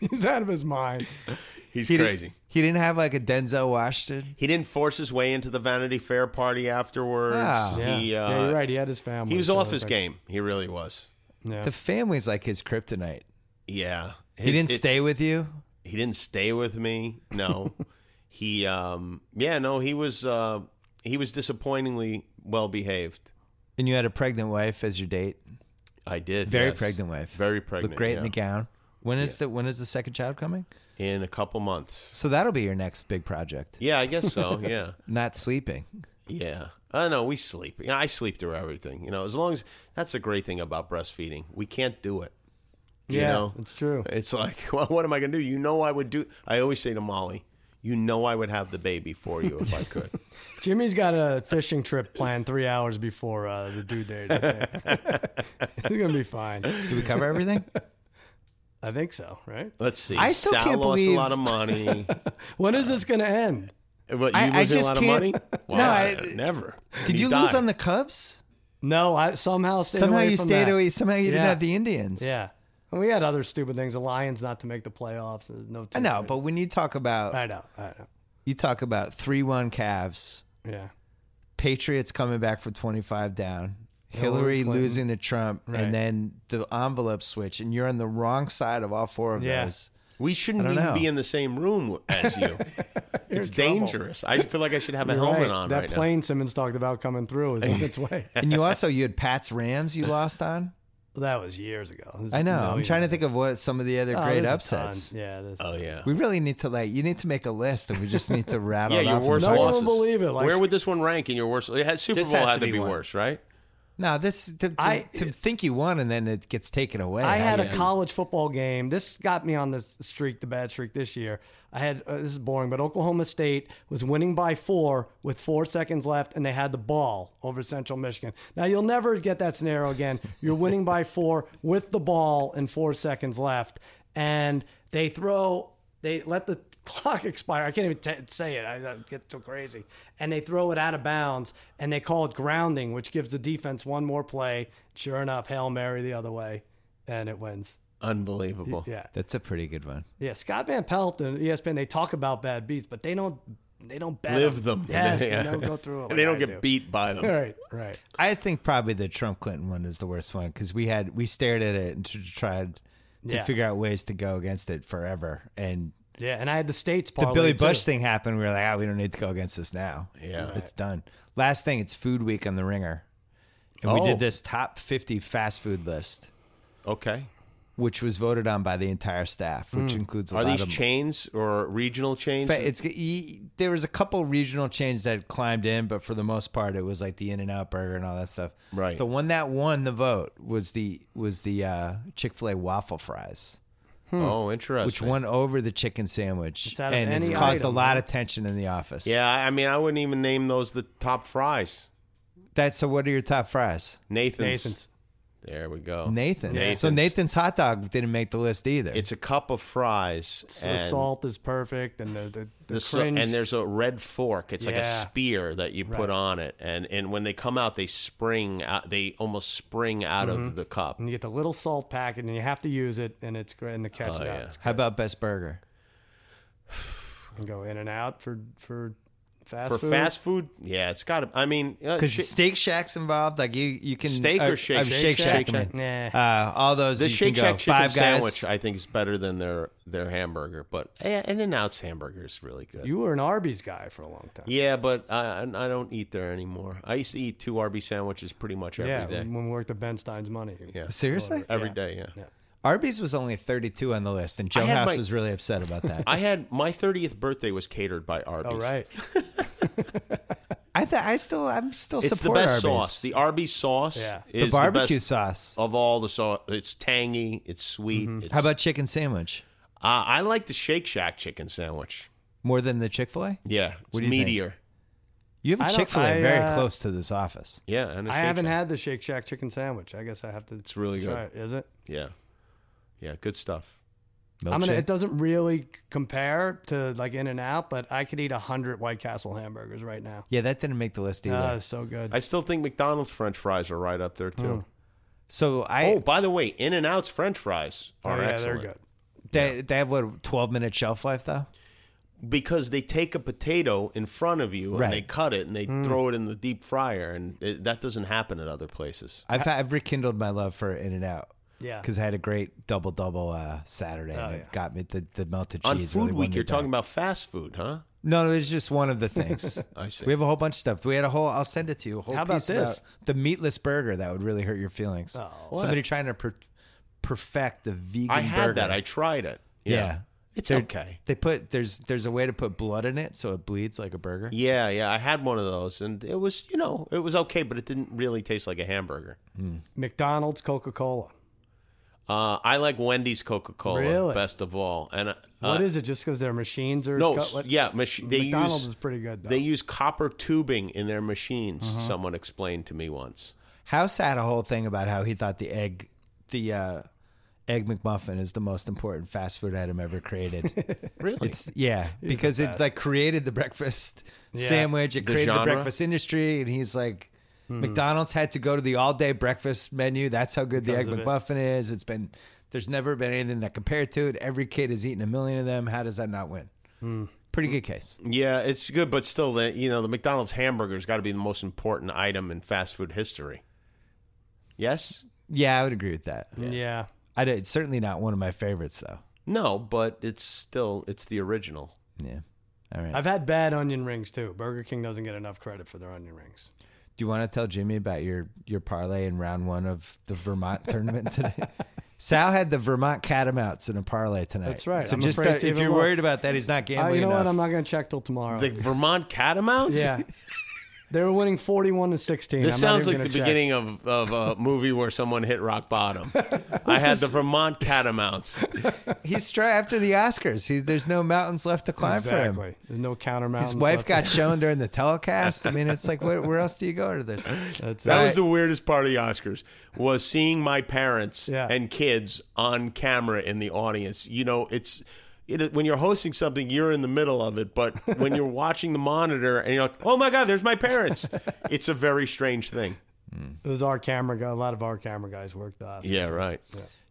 S3: He's out of his mind.
S2: He's
S1: He didn't-
S2: crazy.
S1: He didn't have like a Denzel Washington.
S2: He didn't force his way into the Vanity Fair party afterwards.
S1: Wow.
S3: Yeah.
S2: He,
S3: Ah. yeah,
S2: uh,
S3: you're right. He had his family.
S2: He was
S3: so
S2: off
S3: it's
S2: his
S3: like-
S2: game. He really was.
S3: Yeah.
S1: The family's like his kryptonite.
S2: Yeah.
S1: He
S2: His-
S1: didn't
S2: it's-
S1: stay with you.
S2: He didn't stay with me. No. he um yeah, no, he was uh he was disappointingly well behaved.
S1: And you had a pregnant wife as your date.
S2: I did.
S1: Very
S2: yes.
S1: pregnant wife.
S2: Very pregnant.
S1: Look great in
S2: yeah.
S1: the gown. When is the when is the second child coming?
S2: In a couple months.
S1: So that'll be your next big project.
S2: Yeah, I guess so. Yeah.
S1: Not sleeping.
S2: Yeah. I don't know. We sleep. Yeah, I sleep through everything. You know, as long as that's the great thing about breastfeeding. We can't do it. You
S3: yeah,
S2: know?
S3: it's true.
S2: It's like, well, what am I going to do? You know, I would do. I always say to Molly, you know, I would have the baby for you if I could.
S3: Jimmy's got a fishing trip planned three hours before uh, the due date. I think. He's gonna be fine.
S1: Do we cover everything?
S3: I think so, right?
S2: Let's see.
S1: I still
S2: Sal
S1: can't
S2: lost
S1: believe-
S2: a lot of money.
S3: When is this gonna end?
S2: What, you
S1: I- I
S2: losing
S1: just
S2: a lot of
S1: can't-
S2: money?
S1: No,
S2: Wow,
S1: I-
S2: never.
S1: Did
S2: He
S1: you lose
S2: died.
S1: on the Cubs?
S3: No, I somehow stayed
S1: Somehow
S3: away
S1: you
S3: from
S1: stayed
S3: that.
S1: away. Somehow you didn't
S3: Yeah.
S1: have the Indians.
S3: Yeah, and we had other stupid things. The Lions not to make the playoffs. There's no.
S1: I know, but when you talk about
S3: I know. I know.
S1: you talk about three one Cavs,
S3: Yeah.
S1: Patriots coming back from twenty five down,
S3: Hillary
S1: Hillary
S3: Clinton.
S1: losing to Trump,
S3: Right.
S1: and then the envelope switch, and you're on the wrong side of all four of
S3: Yeah.
S1: those.
S2: We shouldn't
S1: I
S2: even
S1: don't know.
S2: be in the same room as you. it's
S3: trouble.
S2: dangerous. I feel like I should have a
S3: You're
S2: helmet
S3: right.
S2: on
S3: that
S2: right
S3: plane Simmons talked about coming through is on its way.
S1: And you also you had Pat's Rams you lost on.
S3: That was years ago. It was
S1: I know. I'm
S3: millions
S1: trying to
S3: ago.
S1: think of what some of the other
S3: Oh,
S1: great
S3: there's a
S1: upsets.
S3: ton. Yeah. There's,
S2: now. Oh yeah.
S1: We really need to like you need to make a list and we just need to rattle
S2: yeah,
S1: it
S2: your
S1: off and
S2: worst
S3: No
S1: talk-
S3: one will
S2: losses.
S3: believe it. Like-
S2: Where would this one rank in your worst? It had, Super
S1: This
S2: Bowl
S1: has
S2: had
S1: to
S2: to
S1: be
S2: be,
S1: one.
S2: worse, right?
S1: No, this to, to,
S3: I-
S1: to think you won and then it gets taken away.
S3: I had
S1: has
S3: a
S1: to be-
S3: college football game. This got me on the streak, the bad streak this year. I had uh, this is boring, but Oklahoma State was winning by four with four seconds left, and they had the ball over Central Michigan. Now you'll never get that scenario again. You're winning by four with the ball and four seconds left, and they throw. They let the clock expire. I can't even t- say it. I, I get so crazy. And they throw it out of bounds, and they call it grounding, which gives the defense one more play. Sure enough, hail mary the other way and it wins.
S2: Unbelievable.
S3: Yeah,
S1: That's a pretty good one.
S3: yeah. Scott Van Pelt and E ESPN they talk about bad beats, but they don't they don't bet
S2: Live them.
S3: Yes,
S2: Yeah.
S3: they don't go through it.
S2: And they
S3: like
S2: don't
S3: I
S2: get
S3: do.
S2: beat by them.
S3: Right, right.
S1: I think probably the Trump Clinton one is the worst one because we had we stared at it and t- tried to
S3: Yeah.
S1: figure out ways to go against it forever. And
S3: Yeah, and I had the states.
S1: the
S3: Parlay
S1: Billy
S3: too.
S1: Bush thing happened. We were like, ah, we don't need to go against this now.
S2: Yeah. Right.
S1: it's done. Last thing, it's Food Week on the Ringer, and we
S2: Oh.
S1: did this top fifty fast food list.
S2: Okay.
S1: which was voted on by the entire staff, which includes a
S2: Hmm. Are
S1: lot
S2: these
S1: of
S2: chains or regional chains?
S1: fa- it's e- there was a couple regional chains that had climbed in, but for the most part, it was like the In and Out Burger and all that stuff.
S2: Right.
S1: The one that won the vote was the was the uh, Chick fil A waffle fries,
S2: Oh, interesting.
S1: which won over the chicken sandwich,
S3: It's out of
S1: and it's
S3: any
S1: caused a
S3: item,
S1: lot of tension in the office.
S2: Yeah, I mean, I wouldn't even name those the top fries.
S1: That's so. What are your top fries?
S2: Nathan's.
S3: Nathan's.
S2: There we go.
S1: Nathan's. So
S2: Nathan's.
S1: Nathan's hot dog didn't make the list either.
S2: It's a cup of fries.
S3: So
S2: and
S3: the salt is perfect, and the the, the,
S2: the so-
S3: cringe.
S2: and there's a red fork. It's like a
S3: Yeah.
S2: spear that you put on it, and and when they come out, they spring out. They almost spring out
S3: Mm-hmm.
S2: of the cup.
S3: and you get the little salt packet, and you have to use it, and it's great. And the ketchup
S2: Oh, yeah.
S3: it's
S1: How about Best Burger?
S3: you can go in and out for for Fast
S2: for
S3: food?
S2: fast food. Yeah, it's got to. I mean, uh,
S1: Because
S2: shi-
S1: Steak Shack's involved. Like you, you can
S2: Steak or Shake
S1: uh,
S2: Shack?
S1: Shake Shack.
S2: Shake Shack.
S1: I mean.
S3: Nah.
S1: Uh, all those.
S2: the
S1: you can
S2: Shake
S1: go.
S2: Shack chicken
S1: Five guys.
S2: sandwich I think is better than their their hamburger, but In and Out's hamburger is really good.
S3: You were an Arby's guy for a long time.
S2: yeah, but I I I don't eat there anymore. I used to eat two Arby sandwiches pretty much every day.
S3: Yeah, when we worked at Ben Stein's Money.
S2: Yeah.
S1: Seriously,
S2: Every day, yeah.
S1: Arby's was only 32 on the list, and Joe
S2: I had
S1: House
S2: my-
S1: was really upset about that.
S2: I had my 30th birthday was catered by Arby's.
S3: All Oh, right.
S1: I th- I still, I'm still
S2: It's the
S1: support
S2: best
S1: Arby's.
S2: sauce. The Arby's sauce
S3: Yeah. The
S2: is
S1: The barbecue
S2: best
S1: sauce.
S2: of all the sauce. It's tangy. It's sweet.
S3: Mm-hmm.
S2: It's,
S1: How about chicken sandwich?
S2: Uh, I like the Shake Shack chicken sandwich.
S1: More than the Chick Fil A?
S2: Yeah, it's
S1: do you think?
S2: meatier.
S1: You have
S3: I
S1: a
S3: don't-
S1: Chick Fil A
S3: I,
S1: very
S3: uh,
S1: close to this office.
S2: Yeah, and a
S3: I
S2: Shake
S3: haven't
S2: Shack.
S3: had the Shake Shack chicken sandwich. I guess I have to.
S2: It's really
S3: try
S2: good.
S3: it. Is it?
S2: Yeah, yeah, good stuff.
S3: I'm gonna.
S1: Milkshake?
S3: It doesn't really compare to like In and Out, but I could eat a hundred White Castle hamburgers right now.
S1: yeah, that didn't make the list either.
S3: Uh, so good.
S2: I still think McDonald's French fries are right up there too.
S1: so I
S2: Oh, by the way, In and Out's French fries
S3: Hmm. Oh,
S2: are
S3: yeah,
S2: excellent
S3: they're good.
S1: they, they have what 12 minute shelf life though.
S2: because they take a potato in front of you
S1: Right.
S2: and they cut it and they
S3: Mm.
S2: throw it in the deep fryer, and it, that doesn't happen at other places.
S1: I've I've rekindled my love for In and Out.
S3: Yeah.
S1: because I had a great double double uh, Saturday and it
S3: yeah.
S1: got me the, the melted
S2: On
S1: cheese.
S2: Food
S1: really won
S2: Week,
S1: me
S2: you're
S1: back.
S2: talking about fast food, huh?
S1: No, no, it's just one of the things.
S2: I see.
S1: We have a whole bunch of stuff. We had a whole. I'll send it to you. A whole
S3: How about
S1: piece
S3: this?
S1: the meatless burger that would really hurt your feelings.
S3: what?
S1: Somebody trying to per- perfect the vegan.
S2: Oh, I had
S1: burger.
S2: that. I tried it. Yeah,
S1: yeah.
S2: it's okay.
S1: They put there's there's a way to put blood in it so it bleeds like a burger.
S2: Yeah, yeah, I had one of those, and it was, you know, it was okay, but it didn't really taste like a hamburger.
S3: McDonald's, Coca Cola.
S2: Uh, I like Wendy's Coca Cola
S3: Really?
S2: best of all, and uh,
S3: What is it? Just because their machines are
S2: no,
S3: cut-
S2: s- yeah, machi- they
S3: McDonald's
S2: use
S3: is pretty good though.
S2: they use copper tubing in their machines.
S3: Mm-hmm.
S2: Someone explained to me once.
S1: House had a whole thing about how he thought the egg, the uh, egg McMuffin is the most important fast food item ever created.
S2: Really,
S1: it's yeah, because it like created the breakfast sandwich. It
S2: The
S1: created
S2: genre.
S1: the breakfast industry, and he's like, McDonald's had to go to the all day breakfast menu. That's how good the egg McMuffin is. It's been there's never been anything that compared to it. Every kid has eaten a million of them. How does that not win? Pretty good case.
S2: yeah, it's good, but still, the, you know, the McDonald's hamburger's got to be the most important item in fast food history. Yes,
S1: Yeah, I would agree with that.
S3: yeah.
S1: I did, it's certainly not one of my favorites though.
S2: no, but it's still it's the original.
S1: Yeah. All right.
S3: I've had bad onion rings too. Burger King doesn't get enough credit for their onion rings.
S1: Do you want to tell Jimmy about your your parlay in round one of the Vermont tournament today? Sal had the Vermont Catamounts in a parlay tonight.
S3: That's right.
S1: So
S3: I'm
S1: just
S3: afraid
S1: uh,
S3: to
S1: if
S3: even
S1: you're
S3: look.
S1: worried about that, he's not
S3: Oh,
S1: gambling.
S3: you know what?
S1: enough.
S3: I'm not going to check till tomorrow.
S2: The Vermont Catamounts.
S3: yeah, they were winning 41 to 16.
S2: This
S3: I'm not
S2: sounds
S3: even
S2: like the
S3: gonna check.
S2: beginning of, of a movie where someone hit rock bottom. I had the Vermont Catamounts.
S1: He's stri- after the Oscars. He, there's no mountains left to climb for him.
S3: Exactly. There's no counter mountains.
S1: His wife
S3: left.
S1: got shown during the telecast. I mean, it's like, where, where else do you go to this?
S3: That's
S2: That
S3: it.
S2: was the weirdest part of the Oscars was seeing my parents
S3: Yeah.
S2: and kids on camera in the audience. You know, it's it, when you're hosting something, you're in the middle of it, but when you're watching the monitor and you're like, "Oh my God, there's my parents!" it's a very strange thing.
S3: It was our camera guy. A lot of our camera guys worked us.
S2: Yeah, right.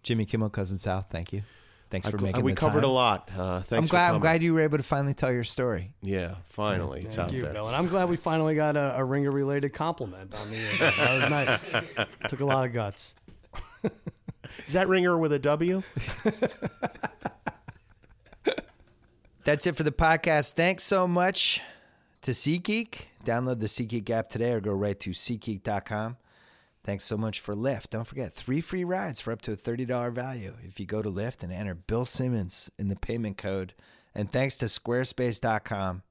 S1: Jimmy Kimmel, cousin Sal, thank you. Thanks for making.
S2: we
S1: the
S2: covered
S1: time.
S2: a lot. Uh, thanks.
S1: I'm
S2: for
S1: glad. I'm
S2: coming.
S1: glad you were able to finally tell your story.
S2: Yeah, finally, it's out
S3: Thank you,
S2: there.
S3: Bill. And I'm glad we finally got a, a ringer related compliment on the air. That was nice. Took a lot of guts.
S2: Is that ringer with a W?
S4: That's it for the podcast. Thanks so much to SeatGeek. Download the SeatGeek app today or go right to SeatGeek.com. Thanks so much for Lyft. Don't forget, three free rides for up to a $30 value if you go to Lyft and enter Bill Simmons in the payment code. And thanks to Squarespace.com.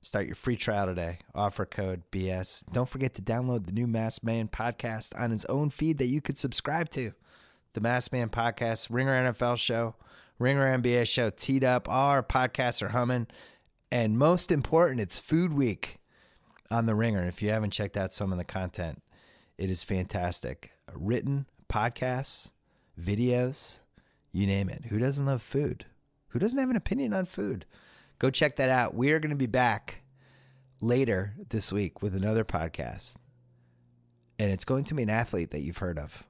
S4: Start your free trial today. Offer code BS. Don't forget to download the new Mass Man podcast on his own feed that you could subscribe to. The Mass Man podcast, Ringer NFL show, Ringer NBA show, teed up. All our podcasts are humming. And most important, it's Food Week on The Ringer. If you haven't checked out some of the content, it is fantastic. Written podcasts, videos, you name it. Who doesn't love food? Who doesn't have an opinion on food? Go check that out. We are going to be back later this week with another podcast. And it's going to be an athlete that you've heard of.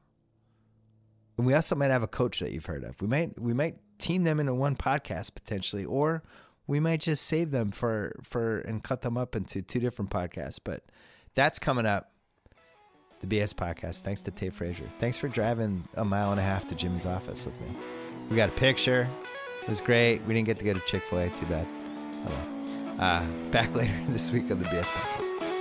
S4: And we also might have a coach that you've heard of. We might we might team them into one podcast potentially, or
S1: we might just save them for for and cut them up into two different podcasts. But that's coming up. The BS podcast. Thanks to Tate Frazier. Thanks for driving a mile and a half to Jimmy's office with me. We got a picture. It was great. We didn't get to go to Chick Fil A. Too bad. Oh well. Uh, back later this week on the BS podcast.